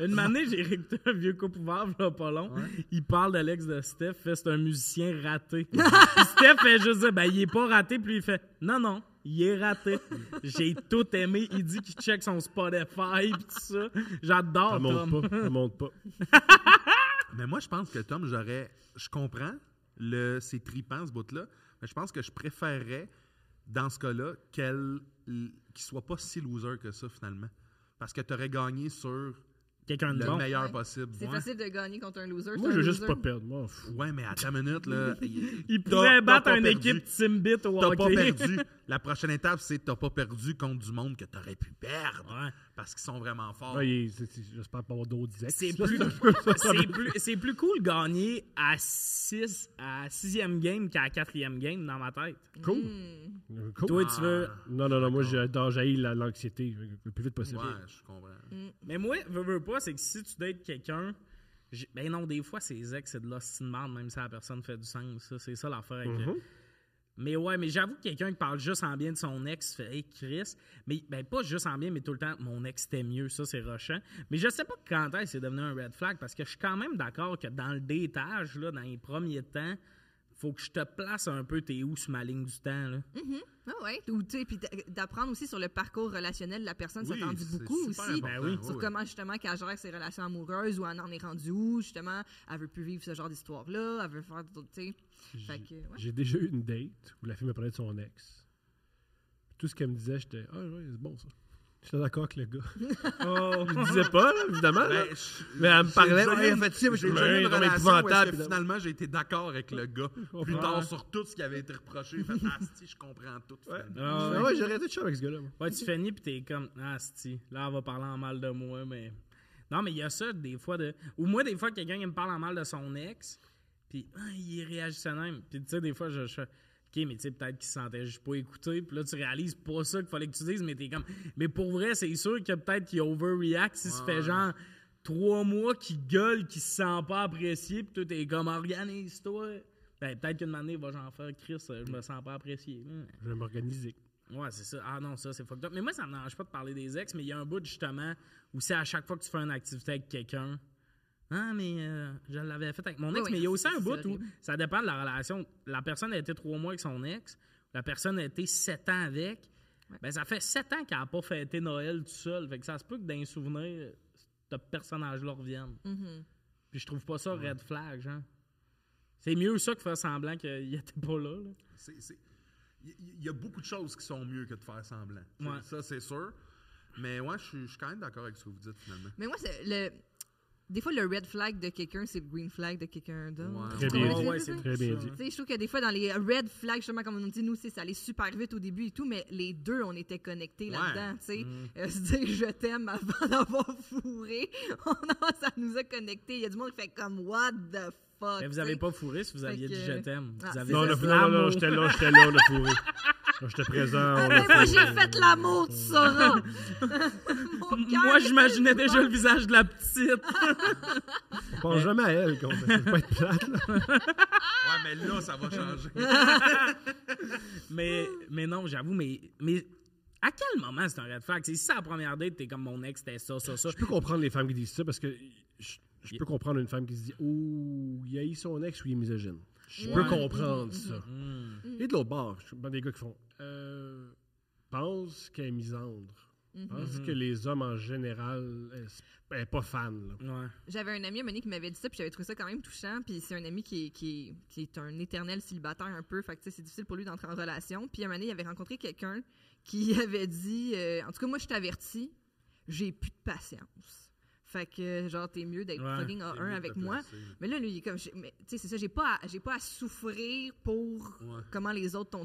Une année, j'ai écouté un vieux couple ouvert, là, pas long. Il parle de l'ex de Steph, fait c'est un musicien raté. Puis Steph fait juste dire, ben, il est pas raté, puis il fait, non, non, il est raté. J'ai tout aimé. Il dit qu'il check son Spotify, puis tout ça. J'adore,
Ça
Ah, Tom.
monte pas. Ça monte pas.
Mais moi, je pense que Tom, j'aurais. Je comprends le c'est tripant ce bout-là, mais je pense que je préférerais, dans ce cas-là, qu'elle qu'il soit pas si loser que ça finalement. Parce que tu aurais gagné sur
quelqu'un de
le
bon.
meilleur
Ouais.
possible.
C'est
ouais.
facile de gagner contre un loser.
Moi,
c'est
je
un
veux juste
loser.
pas perdre. Moi, fou.
Ouais, mais à ta minute, là. il-
Il
t'as-
pourrait
t'as
battre
pas
une
perdu.
équipe Timbit au
T'as
hockey.
pas perdu. La prochaine étape, c'est t'as pas perdu contre du monde que t'aurais pu perdre
Ouais.
parce qu'ils sont vraiment forts.
Là, Ah, il- c'est- c'est- J'espère pas avoir d'autres ex.
C'est
là.
plus, c'est plus, c'est plus cool gagner à 6 à sixième game qu'à quatrième game dans ma tête.
Cool.
Hmm.
Euh, cool.
Toi, tu veux.
Non, non, non, moi, j'adore, j'haïs la- l'anxiété euh, le plus vite possible.
Ouais, je comprends.
Mmh,
Mais moi, veux, veux pas, c'est que si tu dates quelqu'un, j'ai- ben non, des fois, ses ex, c'est de l'ostinement, même si la personne fait du sens. ça. C'est ça l'affaire avec.
Mhm.
Mais ouais, mais j'avoue que quelqu'un qui parle juste en bien de son ex, fait hey, Chris. Mais ben, pas juste en bien, mais tout le temps, mon ex était mieux, ça c'est rochant. Mais je sais pas quand est-ce que c'est devenu un red flag parce que je suis quand même d'accord que dans le détage, là, dans les premiers temps, faut que je te place un peu tes où sur ma ligne du temps. Là.
Ah ouais. Ou, tu sais, puis d'a- d'apprendre aussi sur le parcours relationnel de la personne,
Oui,
ça t'en dit
c'est
beaucoup
super
aussi.
important,
Ben oui.
ouais,
Sur
ouais.
comment justement qu'elle gère ses relations amoureuses ou elle en est rendue où, justement, elle veut plus vivre ce genre d'histoire-là, elle veut faire d'autres, tu sais. Fait que, ouais.
J'ai déjà eu une date où la fille me parlait de son ex. Tout ce qu'elle me disait, j'étais Ah, ouais, c'est bon ça. J'étais d'accord avec le gars.
Oh,
Je le disais pas, là, évidemment. Ah, là.
Ben, je-
mais elle me parlait.
j'ai
Ouais,
déjà
en
eu-
fait, tu sais, mais
j'ai
je me
déjà eu une
comme
relation où est-ce
épouvantable,
que
puis là-
finalement j'ai été d'accord avec le gars. Plus
Ouais.
tard sur tout ce qui avait été reproché, j'ai fait Asti, je comprends tout. finalement.
Ah,
Ah ouais, j'ai arrêté de chier avec ce gars-là. moi.
Ouais, tu finis puis t'es comme ah c'ti, là elle va parler en mal de moi mais non mais il y a ça des fois de ou moi des fois quelqu'un qui me parle en mal de son ex puis ah, il réagit ça même puis tu sais des fois je, je OK mais tu sais peut-être qu'il se sentait juste pas écouté puis là tu réalises pas ça qu'il fallait que tu dises mais t'es comme mais pour vrai c'est sûr que peut-être qu'il overreact si ça fait genre trois mois qu'il gueule qu'il se sent pas apprécié puis toi t'es comme organise-toi ben peut-être qu'une année il va genre faire Chris euh, je me sens pas apprécié Hum.
Je vais m'organiser.
Ouais, c'est ça. Ah non, ça, c'est fucked up. Mais moi, ça me dérange pas de parler des ex, mais il y a un bout, justement, où c'est à chaque fois que tu fais une activité avec quelqu'un. Ah, mais euh, je l'avais fait avec mon ex.
Oui, oui,
mais il y a aussi
ça,
un
c'est
bout où
horrible.
ça dépend de la relation. La personne a été trois mois avec son ex, la personne a été sept ans avec. Ben, ça fait sept ans qu'elle n'a pas fêté Noël tout seul. Fait que ça se peut que dans les souvenirs, ce personnage-là revienne.
Mhm.
Puis je trouve pas ça red flag, genre. C'est mieux ça que faire semblant qu'il était pas là. là.
C'est- c'est- Il il y a beaucoup de choses qui sont mieux que de faire semblant.
Ouais.
Ça, c'est sûr. Mais ouais, je suis- je suis quand même d'accord avec ce que vous dites finalement.
Mais moi, c'est le... des fois, le red flag de quelqu'un, c'est le green flag de quelqu'un d'autre.
Ouais.
Très
Tu
bien
comprends
dit.
ce que
Ouais,
je
c'est
veux dire?
Très bien
Ça,
dit.
Tu sais, je trouve que des fois, dans les red flags, justement, comme on dit, nous, c'est ça allait super vite au début et tout, mais les deux, on était connectés
Ouais.
là-dedans, tu sais.
Mm.
Euh, se dire je t'aime avant d'avoir fourré, on a- ça nous a connectés. Il y a du monde qui fait comme what the fuck.
Mais vous
tu
avez
sais.
pas fourré si vous
Ah, Fait
aviez dit
que-
je t'aime.
Ah,
Vous avez
Non,
fait
on a
de
fourré. Non, non,
l'amour.
j'étais là, j'étais là, on a fourré. Là, J'étais présent. on
Ah,
a
ben, moi,
fourré.
j'ai fait l'amour, tu sauras. Mon cœur
Moi,
est-
j'imaginais déjà le visage de la petite.
Ah.
On pense jamais à elle, qu'on fait. pas être plate, là.
Ouais,
Ah!
mais là, ça va changer.
mais, mais non, j'avoue, mais, mais à quel moment c'est un red flag? C'est si c'est la première date, t'es comme mon ex, c'était ça, ça, ça.
Je peux comprendre les femmes qui disent ça parce que je, je peux comprendre une femme qui se dit Oh, il haït son ex ou il est misogyne. Je peux
Ouais.
comprendre ça. Et de l'autre bord, je comprends des gars qui font euh, pense qu'elle est misandre. Pense que les hommes en général, elle s- elle est pas fan. là.
Ouais.
J'avais un ami à un moment donné, qui m'avait dit ça, puis j'avais trouvé ça quand même touchant. Puis c'est un ami qui est, qui, est- qui est un éternel célibataire un peu, fait que tu sais, c'est difficile pour lui d'entrer en relation. Puis à un moment donné, il avait rencontré quelqu'un qui avait dit euh, En tout cas, moi, je t'avertis, j'ai plus de patience. Fait que, genre, t'es mieux d'être
Ouais,
fucking A1 avec moi. Mais là, lui, il est comme, j'ai- mais, tu sais, c'est ça, j'ai pas, à, j'ai pas à souffrir pour
Ouais.
comment les autres t'ont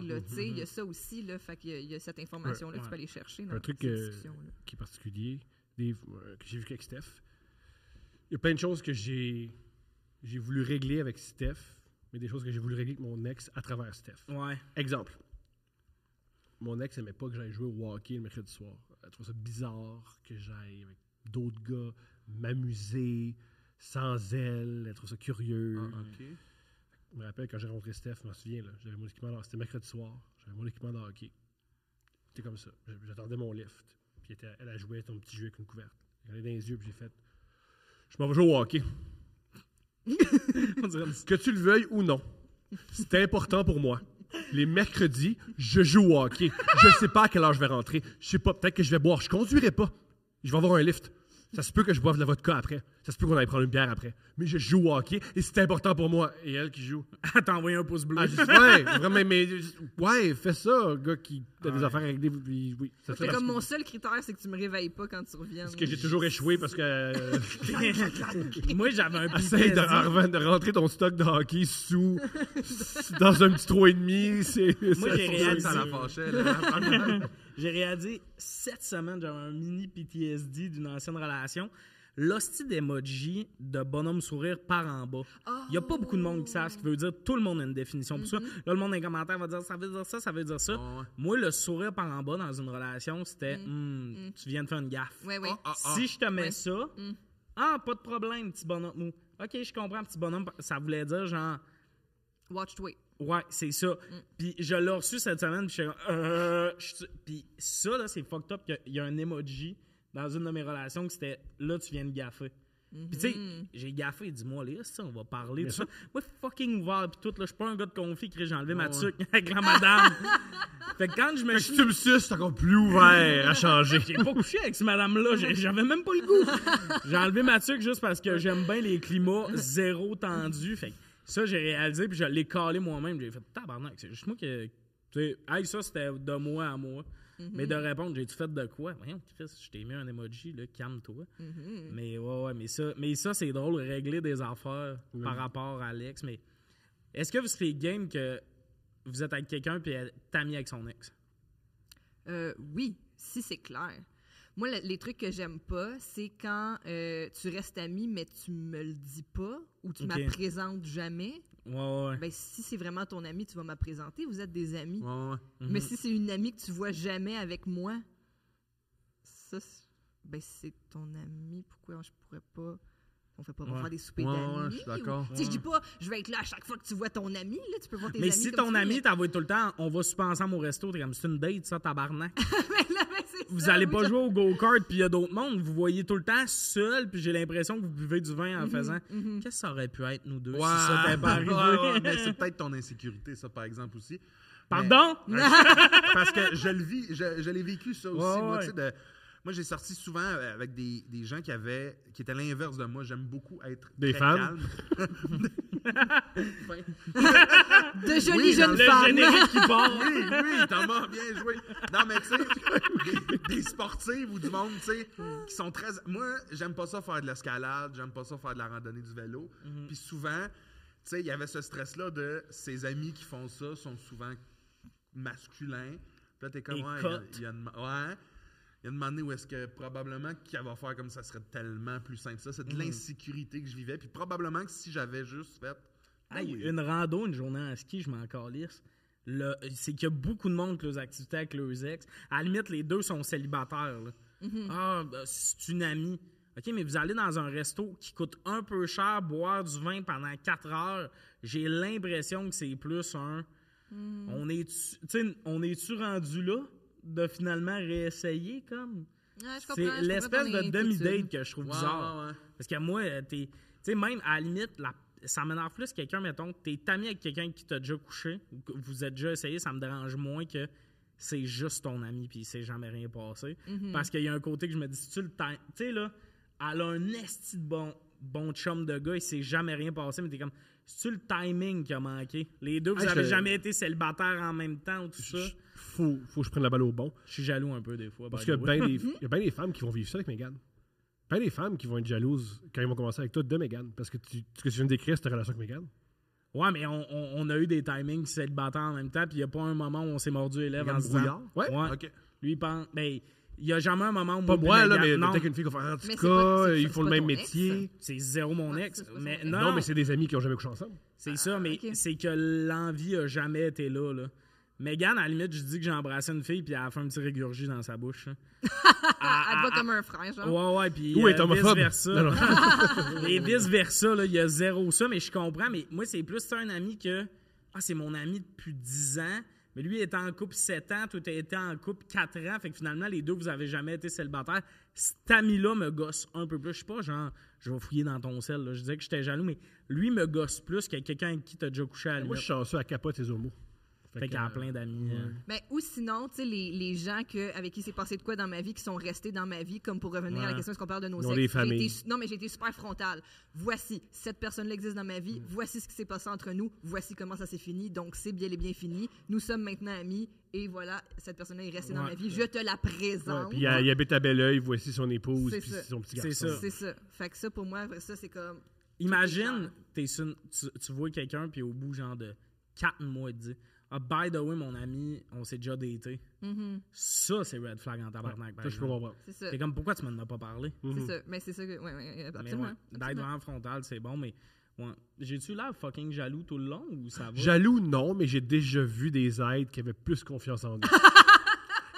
Ouais, ouais.
là, tu sais, il y a ça aussi, là, fait qu'il y a- il y, a cette information-là,
Ouais.
tu peux aller chercher dans
un truc
cette
euh,
discussion-là.
qui est particulier, des- euh, que j'ai vu avec Steph. Il y a plein de choses que j'ai j'ai voulu régler avec Steph, mais des choses que j'ai voulu régler avec mon ex à travers Steph.
Ouais.
Exemple. Mon ex aimait pas que j'aille jouer au hockey le mercredi soir. Elle trouvait ça bizarre que j'aille avec d'autres gars m'amuser sans elle. Elle trouvait ça curieux.
Ah,
Je me rappelle quand j'ai rencontré Steph, je m'en souviens, là, j'avais mon équipement de- c'était mercredi soir, j'avais mon équipement de hockey. C'était comme ça. J- J'attendais mon lift. Puis était- elle a joué ton petit jeu avec une couverte. Elle dans les yeux, puis j'ai fait Je m'en vais jouer au hockey.
On dirait une-
Que tu le veuilles ou non, c'est important pour moi. Les mercredis, je joue au hockey. Je sais pas à quelle heure je vais rentrer. Je sais pas, peut-être que je vais boire. Je conduirai pas. Je vais avoir un lift. Ça se peut que je boive de la vodka après. Ça se peut qu'on aille prendre une bière après. Mais je joue au hockey et c'est important pour moi. Et elle qui joue.
Elle t'a envoyé un pouce bleu.
Ah, je dis, ouais, vraiment, mais ouais, fais ça, gars qui a des affaires à régler. Oui, oui. Ça
C'est
fait
comme
partie-
mon seul critère, c'est que tu me réveilles pas quand tu reviens.
Parce que j'ai toujours échoué parce que. euh,
Moi, j'avais un
Essaye de,
PTSD.
de rentrer ton stock de hockey sous. dans un petit 3,5. C'est.
Moi, j'ai
c'est-
C'est
réalisé-
ça la fâchait, là. Ah,
J'ai réalisé cette semaine, j'avais un mini PTSD d'une ancienne relation. L'hostie d'emoji de bonhomme sourire par en bas. Il n'y a pas beaucoup de monde qui savent ce qui veut dire. Tout le monde a une définition pour ça. Là, le monde dans les commentaires va dire ça veut dire ça, ça veut dire ça.
Mhm. ouais. Mhm.
Moi, le sourire par en bas dans une relation, c'était Hmm, tu viens de faire une gaffe.
Oui, oui.
Ah, ah, Mhm. ah.
Si je te mets
Ouais.
ça, ah, pas de problème, petit bonhomme mou. Ok, je comprends, petit bonhomme. Ça voulait dire genre.
Watch Wait.
Ouais, c'est ça. Puis je l'ai reçu cette semaine, puis je suis comme, euh, je suis- Puis ça, là, c'est fucked up qu'il y a un emoji dans une de mes relations que c'était « Là, tu viens de gaffer Puis tu sais, j'ai gaffé, dis-moi, là, ça, on va parler, tout ça. Moi, fucking ouvert, puis tout, là, je suis pas un gars de conflit qui j'ai enlevé ma tuque avec la madame. fait que quand je me
Fait que si
suis...
tu me suces, t'es encore plus ouvert à changer.
J'ai pas couché avec cette madame-là, j'ai- j'avais même pas le goût. J'ai enlevé ma tuque juste parce que j'aime bien les climats zéro tendu. Fait que ça, j'ai réalisé, puis je l'ai calé moi-même. J'ai fait tabarnak, c'est juste moi qui. Tu sais, hey, ça, c'était de moi à moi. Mais de répondre, j'ai-tu fait de quoi? Voyons, Chris, je t'ai mis un emoji, là, calme-toi.
Mm-hmm.
Mais ouais, ouais, mais ça, mais ça c'est drôle, régler des affaires par rapport à Alex. Mais est-ce que vous serez game que vous êtes avec quelqu'un puis t'as mis avec son ex?
Euh, oui, si c'est clair. Moi, le- les trucs que j'aime pas, c'est quand euh, tu restes ami, mais tu me le dis pas ou tu
Ok.
m'apprésentes présentes jamais.
Ouais, ouais, ouais.
Ben, si c'est vraiment ton ami, tu vas me présenter. Vous êtes des amis.
Ouais, ouais.
Mm.
Mais si c'est une amie que tu vois jamais avec moi, ça, c'est- ben, c'est ton ami. Pourquoi je pourrais pas. On fait pas on va
Ouais.
faire des soupers
Ouais,
d'amis.
ouais, je suis d'accord.
ou- Tu sais, je dis pas, je vais être là à chaque fois que tu vois ton ami. Là, tu peux voir tes
Mais
amis
si
comme
ton
tu veux,
ami
mais-
t'envoie tout le temps, on va super ensemble au resto, t'es comme c'est une date, ça, tabarnak.
Mais là, ben, c'est
Vous
ça,
allez
oui,
pas
je-
jouer au go-kart, puis il y a d'autres mondes. Vous voyez tout le temps seul, puis j'ai l'impression que vous buvez du
Mhm,
vin en
Mm-hmm.
faisant. Qu'est-ce que ça aurait pu être, nous deux,
Ouais,
si ça t'était pas arrivé?
ouais, ouais, mais c'est peut-être ton insécurité, ça, par exemple, aussi. Mais-
Pardon?
Parce que je le vis, je, je l'ai vécu ça aussi.
Ouais,
moi,
ouais.
tu sais, de- moi, j'ai sorti souvent euh, avec des, des gens qui avaient, qui étaient l'inverse de moi. J'aime beaucoup être
Des
très
femmes?
calme.
De jolies
Oui, dans
jeunes
le
Le
femmes.
générique qui part.
Oui, oui, Thomas, bien joué. Non, mais tu sais, des, des sportives ou du monde, tu sais, qui sont très. Moi, j'aime pas ça faire de l'escalade, j'aime pas ça faire de la randonnée du vélo.
Mm-hmm.
Puis souvent, tu sais, il y avait ce stress-là de ses amis qui font ça sont souvent masculins. Puis là, t'es comme.
Et
ouais, il y a-
cotes.
il y a une- ouais. Il y a demandé où est-ce que probablement qu'elle va faire comme ça serait tellement plus simple. Ça, c'est
Mm-hmm.
de l'insécurité que je vivais. Puis probablement que si j'avais juste fait. Ah
Hey,
oui.
Une rando, une journée en ski, je m'en calisse. Le- C'est qu'il y a beaucoup de monde qui leurs activités avec leurs ex. À la limite, les deux sont célibataires. là.
Mhm.
Ah, ben, c'est une amie. OK, mais vous allez dans un resto qui coûte un peu cher, boire du vin pendant quatre heures, j'ai l'impression que c'est plus un...
Mhm.
On est-tu tu sais, on est-tu rendu là de finalement réessayer, comme?
Ouais, Ah, je comprends, je
C'est
comprends
l'espèce
ton
de
inquiétude.
demi-date que je trouve
Ouais,
bizarre.
ouais, ouais.
Parce que moi, euh, t'es. Tu sais, même à la limite, la- ça m'énerve plus quelqu'un, mettons, t'es ami avec quelqu'un qui t'a déjà couché, ou que vous êtes déjà essayé, ça me dérange moins que c'est juste ton ami puis il s'est jamais rien passé. Parce qu'il y a un côté que je me dis, si tu le temps- Tu sais, là, elle a un esti de bon, bon chum de gars, il s'est jamais rien passé, mais t'es comme. C'est-tu le timing qui a manqué? Les deux, vous
Ah, je
avez
te-
jamais été célibataire en même temps ou tout ça?
Je- Faut, faut que je prenne la balle au bon.
Je suis jaloux un peu des fois.
Parce
by
qu'il y a
the way.
bien des, il y a ben des femmes qui vont vivre ça avec Mégane. Ben des femmes qui vont être jalouses quand ils vont commencer avec toi de Mégane. Parce que tu, ce que tu viens de décrire, c'est ta relation avec Mégane.
Ouais, mais on, on- on a eu des timings célibataires en même temps, puis il n'y a pas un moment où on s'est mordu les lèvres en
Comme
se disant-
brouillard?
Ouais.
Ouais.
OK.
Lui, il pense. Ben, il n'y a jamais un moment où.
Pas
puis
moi,
la
là,
gare-
mais
non,
peut-être qu'une fille qui va faire en tout
Mais c'est
cas,
pas- c'est-
ils
c'est
font le
pas
même
ton
métier.
ex.
c'est zéro mon
Ouais,
ex.
Ah, c'est pas son
Mais
ex.
non,
Non, mais c'est des amis qui ont jamais couché ensemble.
c'est ça, mais
ok.
c'est que l'envie a jamais été là. là. Megan, à la limite, je dis que j'ai embrassé une fille, puis elle a fait un petit régurgie dans sa bouche. là.
Elle te voit
ah,
comme un frère, genre.
Ouais, ouais, puis.
Ou
euh,
est homophobe.
vice-versa.
Non, non.
Et vice-versa, là, il y a zéro ça, mais je comprends. Mais moi, c'est plus c'est un ami que. Ah, c'est mon ami depuis 10 ans. Mais lui, il était en couple 7 ans, toi, t'as été en couple 4 ans. Fait que finalement, les deux, vous avez jamais été célibataire. Cet ami-là me gosse un peu plus. Je sais pas, genre, je vais fouiller dans ton sel. là. Je disais que j'étais jaloux, mais lui me gosse plus que quelqu'un avec qui t'as déjà couché à la
Ben, Moi, je
limite.
suis chanceux à capote tes homos.
Fait qu'elle a plein d'amis. euh,
Mais Ben, ou sinon, tu sais, les, les gens que, avec qui s'est passé de quoi dans ma vie, qui sont restés dans ma vie, comme pour revenir à
Ouais.
la question est-ce qu'on parle de nos
Ils ont
sexes?
des
J'ai été
familles.
su- non, mais j'ai été super frontale. Voici, cette personne-là existe dans ma
Mm.
vie, voici ce qui s'est passé entre nous, voici comment ça s'est fini, donc c'est bien et bien fini. Nous sommes maintenant amis, et voilà, cette personne-là est restée dans
Ouais.
ma vie, je te la
Ouais,
présente.
Puis il, a- il habite à Belleuil, voici son épouse,
C'est
puis
ça.
son petit
C'est
garçon.
ça.
C'est ça. Fait que ça, pour moi, ça, c'est comme.
Imagine, t'es sur une- tu, tu vois quelqu'un, puis au bout, genre, de quatre mois, il te dit Ah, by the way, mon ami, on s'est déjà daté.
Mhm,
Ça, c'est red flag en tabarnak. par
Ça, je peux
exemple.
comprendre.
c'est ça.
T'es comme, pourquoi tu m'en as pas parlé?
ben, C'est
Mhm.
ça. Mais c'est ça que. Ouais, ouais,
Mais
absolument.
ouais, d'être
absolument.
vraiment frontal, c'est bon, mais ouais. j'ai-tu l'air fucking jaloux tout le long ou ça va?
Jaloux, non, mais j'ai déjà vu des êtres qui avaient plus confiance en nous.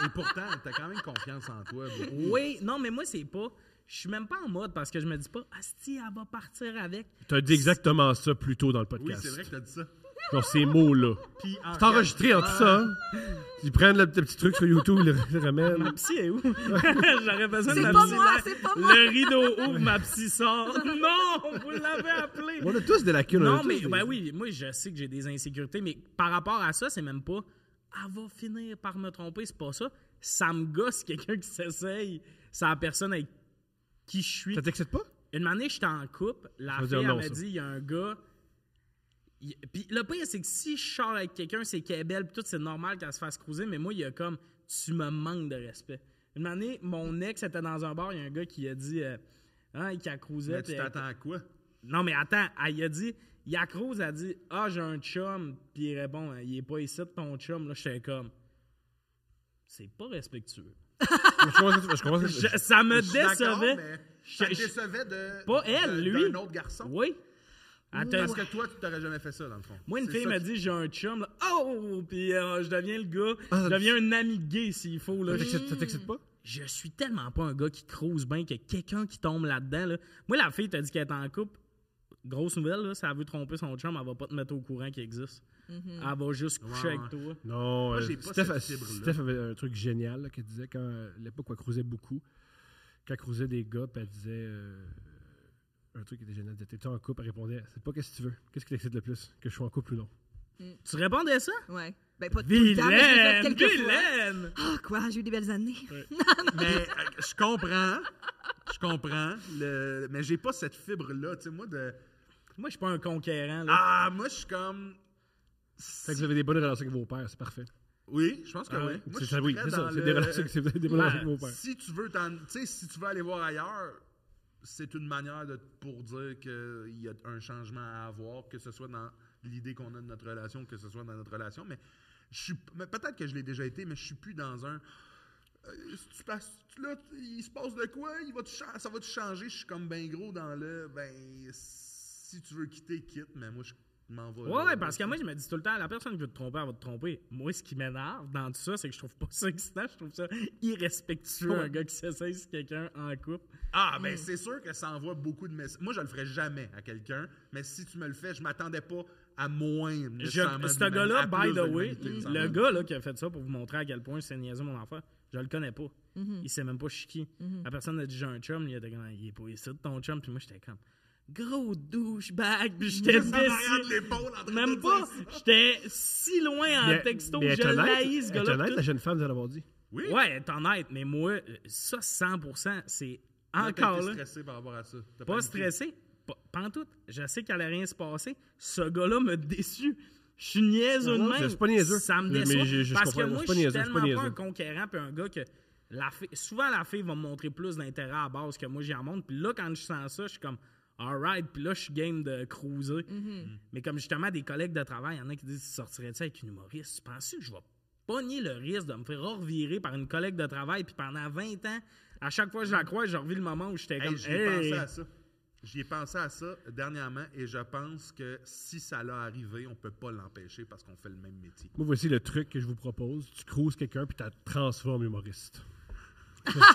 Et pourtant, t'as quand même confiance en toi. beaucoup.
Oui, non, mais moi, c'est pas. Je suis même pas en mode parce que je me dis pas, Asti, elle va partir avec.
T'as dit exactement ça plus tôt dans le
Oui,
podcast.
c'est vrai que t'as dit ça.
Genre ces mots-là.
Puis en
C'est enregistré en tout ça. hein. Ils prennent le petit truc sur YouTube, ils le le
Ma
ramènent.
psy est où? J'aurais besoin de
C'est
ma
pas
psy.
moi,
là.
c'est pas moi.
Le rideau ouvre, ma psy sort. Non, vous l'avez appelé.
On a tous des lacunes. on a
Non,
tous
mais
des-
ben oui, moi je sais que j'ai des insécurités, mais par rapport à ça, c'est même pas elle va finir par me tromper, c'est pas ça. Ça me gosse quelqu'un qui s'essaye. C'est la personne avec qui je suis.
Ça t'excite pas?
Une année, j'étais en couple, la
Ça veut
fille elle
dire non,
m'a
ça.
dit il y a un gars. il- Puis le pire, c'est que si je sors avec quelqu'un, c'est qu'elle est belle, puis tout, c'est normal qu'elle se fasse cruiser, mais moi, il y a comme tu me manques de respect. Une année, mon ex était dans un bar, il y a un gars qui a dit euh, hein, qui a cruisé.
Mais
puis
tu
elle-
t'attends à quoi?
non, mais attends, elle il a dit, Yacruz a dit, ah, j'ai un chum, puis il répond, il est pas ici de ton chum, là, j'étais comme, c'est pas respectueux.
Je comprends ce que tu- je comprends ce que tu-
Je- ça me
Je suis d'accord,
décevait.
mais
Je-
Ça te
je-
décevait de.
Pas elle,
de-
lui.
D'un autre garçon.
Oui. Elle te-
Parce que toi, tu t'aurais jamais fait ça, dans le fond.
Moi, une
C'est
fille
ça
m'a
qui-
dit, j'ai un chum, là, oh, puis euh, je deviens le gars,
Ah,
je deviens un ami gay s'il faut, là.
Ça t'excite- Ça t'excite pas?
je suis tellement pas un gars qui crouse bien que quelqu'un qui tombe là-dedans. là. Moi, la fille t'a dit qu'elle est en couple. Grosse nouvelle, là, si elle veut tromper son chum, elle va pas te mettre au courant qu'il existe.
Mm-hmm.
Elle va juste coucher
Ouais,
avec toi.
Non, euh,
j'ai pas
Steph,
cette fibre-là.
Steph avait un truc génial là, qu'elle disait quand euh, l'époque où elle cruisait beaucoup, quand elle cruisait des gars, puis elle disait euh, un truc qui était génial. Elle disait T'es-tu en couple Elle répondait C'est pas qu'est-ce que tu veux. Qu'est-ce qui t'excite le plus Que je sois en couple ou non
Tu répondais ça?
Ouais. Ben, pas tout le temps, mais je l'ai fait
Vilaine!
quelques fois.
Vilaine!
Ah, quoi, j'ai eu des belles années.
Mais euh, je comprends. Je comprends. le- Mais j'ai pas cette fibre-là. Tu sais, moi, de.
Moi, je suis pas un conquérant. Là.
Ah, moi, je suis comme.
Fait que vous avez des bonnes relations avec vos pères, c'est parfait.
Oui, je pense que
Ah oui,
oui. Moi, je
c'est
suis
ça, oui,
très
c'est ça.
dans
C'est
le-
des relations, c'est- vous avez des bonnes
Ouais.
relations avec vos pères.
Si tu veux t'en- tu sais, si tu veux aller voir ailleurs, c'est une manière de pour dire qu'il y a un changement à avoir, que ce soit dans l'idée qu'on a de notre relation, que ce soit dans notre relation, mais je suis mais peut-être que je l'ai déjà été, mais je suis plus dans un euh, si tu passes- là, tu- il se passe de quoi? Il va ça va-tu changer? Je suis comme ben gros dans le ben si tu veux quitter, quitte, mais moi je m'en vais.
Ouais,
là.
ouais, parce que moi, je me dis tout le temps, la personne qui veut te tromper, elle va te tromper. Moi, ce qui m'énerve dans tout ça, c'est que je trouve pas ça excitant, je trouve ça irrespectueux, un gars qui s'essaye sur quelqu'un en couple.
Ah,
Mm.
ben c'est sûr que ça envoie beaucoup de messages. Moi, je le ferais jamais à quelqu'un, mais si tu me le fais, je m'attendais pas à moins.
Je-
nécessairement
ce
d'humanité,
gars-là,
à plus
by the way,
d'humanité, il me
le
semble.
gars là, qui a fait ça pour vous montrer à quel point c'est niaiseux mon enfant, je le connais pas. Il sait même pas je suis qui. La personne a dit j'ai un chum, il a dit il est pas ici de ton chum, puis moi j'étais comme gros douchebag, puis j'étais
En arrière de
déçu.
l'épaule, en train de
Même
dire
pas,
ça.
j'étais si loin en
Mais-
texto,
mais elle est
je
honnête,
l'haïs ce
elle est
gars-là.
honnête, la jeune femme de l'avoir dit.
Oui,
Ouais, elle est honnête, mais moi, euh, ça 100%, c'est
mais t'as
encore
été
là.
stressé par rapport à ça.
Pas
T'as paniqué.
stressé, pas, pas en tout. Je sais qu'elle allait rien se passer. Ce gars-là me déçu. Je suis niaiseux de
Non,
même.
c'est pas niaiseux.
Ça me
Mais-
déçoit.
mais je- je
parce que
comprends,
moi,
c'est
je
pas
suis
niaiseux, c'est
tellement
pas
pas,
niaiseux.
un conquérant puis un gars que la fille, souvent la fille va me montrer plus d'intérêt à la base que moi j'y en montre. Puis là, quand je sens ça, je suis comme alright. Puis là, je suis game de cruiser.
Mm.
Mais comme justement des collègues de travail, il y en a qui disent sortirais-tu avec une humoriste Tu penses que je vais pogner le risque de me faire revirer par une collègue de travail puis pendant 20 ans, à chaque fois que je la croise, je revis le moment où j'étais comme
Hey, j'y ai pensé
Hey!
à ça. J'y ai pensé à ça dernièrement et je pense que si ça l'a arrivé, on peut pas l'empêcher parce qu'on fait le même métier.
Moi, voici le truc que je vous propose. Tu cruises quelqu'un puis tu la transformes humoriste.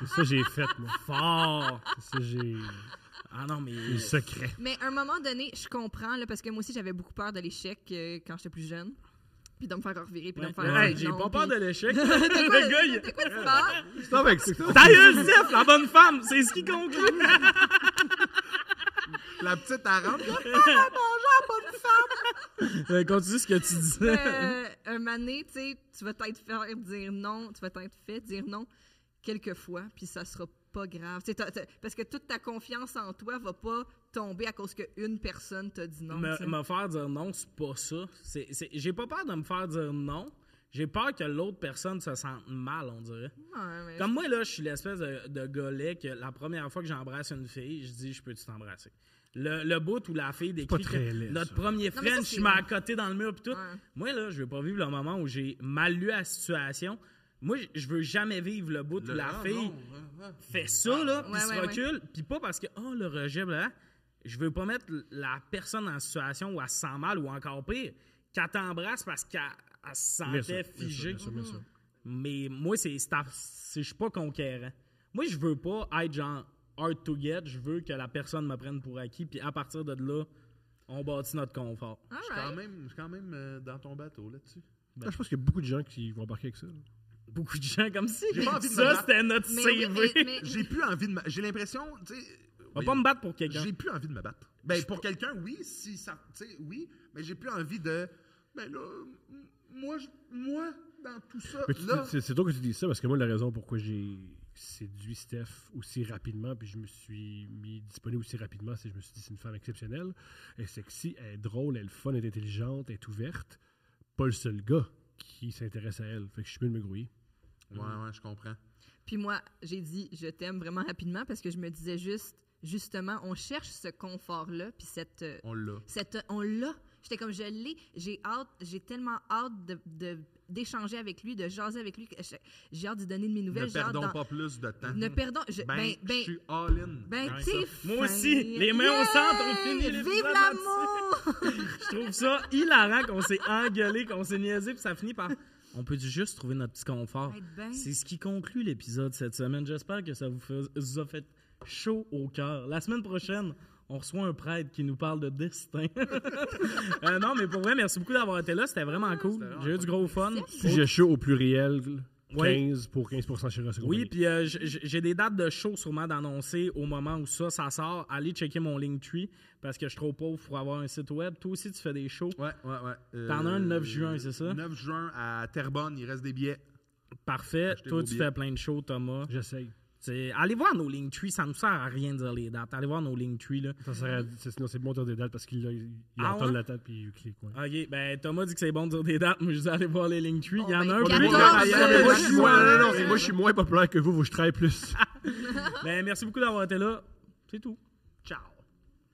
c'est ça que j'ai fait, moi.
fort.
C'est ça que j'ai.
Ah non, mais.
Le secret.
Mais à un moment donné, je comprends, là, parce que moi aussi, j'avais beaucoup peur de l'échec euh, quand j'étais plus jeune. Puis de me faire revirer, puis de me faire.
Hey,
dire
j'ai
non,
pas
puis-
peur de l'échec.
T'as quoi,
le gars, il-
t'as quoi de peur?
Stop avec ça.
Ta gueule, Steph, la bonne femme, c'est ce qui conclut.
La petite arante, là, la bonne femme!
Euh, Continue ce que tu disais.
Euh, un mané, tu sais, tu vas peut-être faire dire non, tu vas peut-être fait dire non quelques fois, puis ça sera pas grave. Tu sais, t'as- t'as- parce que toute ta confiance en toi va pas tomber à cause qu'une personne t'a dit non. tu
me,
sais.
me faire dire non, c'est pas ça. C'est- c'est- J'ai pas peur de me faire dire non. J'ai peur que l'autre personne se sente mal, on dirait.
Ouais, mais-
Comme moi, là, je suis l'espèce de, de gars-là que la première fois que j'embrasse une fille, je dis « Je peux-tu t'embrasser? » Le, le bout où la fille décrit
pas très
que
laid, ça.
notre premier
Non, mais ça,
French,
c'est-
je mets à côté dans le mur pis tout.
Ouais.
Moi, là, je veux pas vivre le moment où j'ai mal lu la situation. Moi, je- je veux jamais vivre le bout où la
Ah,
fille
non, ah, ah.
fait ça, là,
Ouais,
puis se
ouais, ouais.
recule, puis pas parce que, oh, le rejet, là, je veux pas mettre la personne en situation où elle se sent mal ou encore pire, qu'elle t'embrasse parce qu'elle elle se
Bien
sentait
sûr, bien sûr,
figée. Mmh.
bien sûr, bien sûr.
Mais moi, c'est, c'est à- c'est- je suis pas conquérant. Moi, je veux pas être genre hard to get, je veux que la personne me prenne pour acquis, puis à partir de là, on bâtit notre confort.
Je suis quand même, je suis quand même euh, dans ton bateau là-dessus.
Ah, Je pense qu'il y a beaucoup de gens qui vont embarquer avec ça. là.
Euh, Beaucoup de gens comme si
J'ai pas envie de me
ça,
battre.
c'était notre
Mais oui,
CV.
mais- mais-
J'ai plus envie de. me- J'ai l'impression, tu sais.
On va
voyons,
pas me battre pour quelqu'un.
J'ai plus envie de me battre. Ben pour quelqu'un, oui, si ça, tu sais, oui, mais j'ai plus envie de. Ben là, m- moi, je- moi, dans tout ça,
Mais tu-
là.
C'est c'est toi que tu dis ça parce que moi, la raison pourquoi j'ai séduit Steph aussi rapidement puis je me suis mis disponible aussi rapidement, c'est que je me suis dit c'est une femme exceptionnelle. Elle est sexy, elle est drôle, elle est fun, elle est intelligente, elle est ouverte. Pas le seul gars qui s'intéresse à elle. Fait que je suis mieux de me grouiller.
Ouais, ouais, je comprends.
Puis moi, j'ai dit je t'aime vraiment rapidement parce que je me disais juste, justement, on cherche ce confort-là, puis cette, euh,
On l'a.
cette on l'a. J'étais comme je l'ai, j'ai hâte, j'ai tellement hâte de, de- d'échanger avec lui, de jaser avec lui, que j'ai- j'ai hâte de donner de mes
Ne
nouvelles. j'ai hâte
perdons
d'en-
pas plus de
hein.
temps.
Ne perdons. je-
ben,
ben, ben,
je suis all-in.
ben,
Ouais,
t'es
ça. Moi
fin.
aussi, les mains au centre, on
Yay!
finit l'épisode
Vive
là-dessus.
l'amour!
Je trouve ça hilarant qu'on s'est engueulé, qu'on s'est niaisé, puis ça finit par. On peut juste trouver notre petit confort.
Être bien.
C'est ce qui conclut l'épisode cette semaine. J'espère que ça vous, fais- vous a fait chaud au cœur. La semaine prochaine, on reçoit un prêtre qui nous parle de destin. Euh, non, mais pour vrai, merci beaucoup d'avoir été là. C'était vraiment cool. J'ai eu du gros fun.
Sujet chaud au pluriel, 15
Ouais.
pour 15% chez Rossi
Oui,
Company.
puis euh, j- j- j'ai des dates de show sûrement d'annoncer au moment où ça, ça sort. Allez checker mon Linktree parce que je suis trop pauvre pour avoir un site web. Toi aussi, tu fais des shows.
Ouais, ouais, ouais. Euh,
T'en as un le 9 juin, c'est ça?
9 juin à Terrebonne, il reste des billets.
Parfait.
Achetez
Toi,
vos
tu
billets.
fais plein de shows, Thomas.
J'essaye.
C'est- Allez voir nos Linktree, ça nous sert à rien de dire les dates. Allez voir nos Linktree, là.
Ça sert à- c'est- Sinon, c'est bon de dire des dates parce qu'il il, il
Ah
entend
ouais?
la table puis il clique. ouais.
OK, ben Thomas dit que c'est bon de dire des dates, mais je dis allez voir les Linktree.
Bon,
Oh, Il y en a
ben,
un
Ouais,
Ouais,
pour
mais
les
moi,
14
Canadiens.
euh,
mais moi, je suis moins-
juin.
non, non, mais moi, je suis moins populaire que vous, vous, je travaille plus.
Ben, merci beaucoup d'avoir été là. C'est tout. Ciao.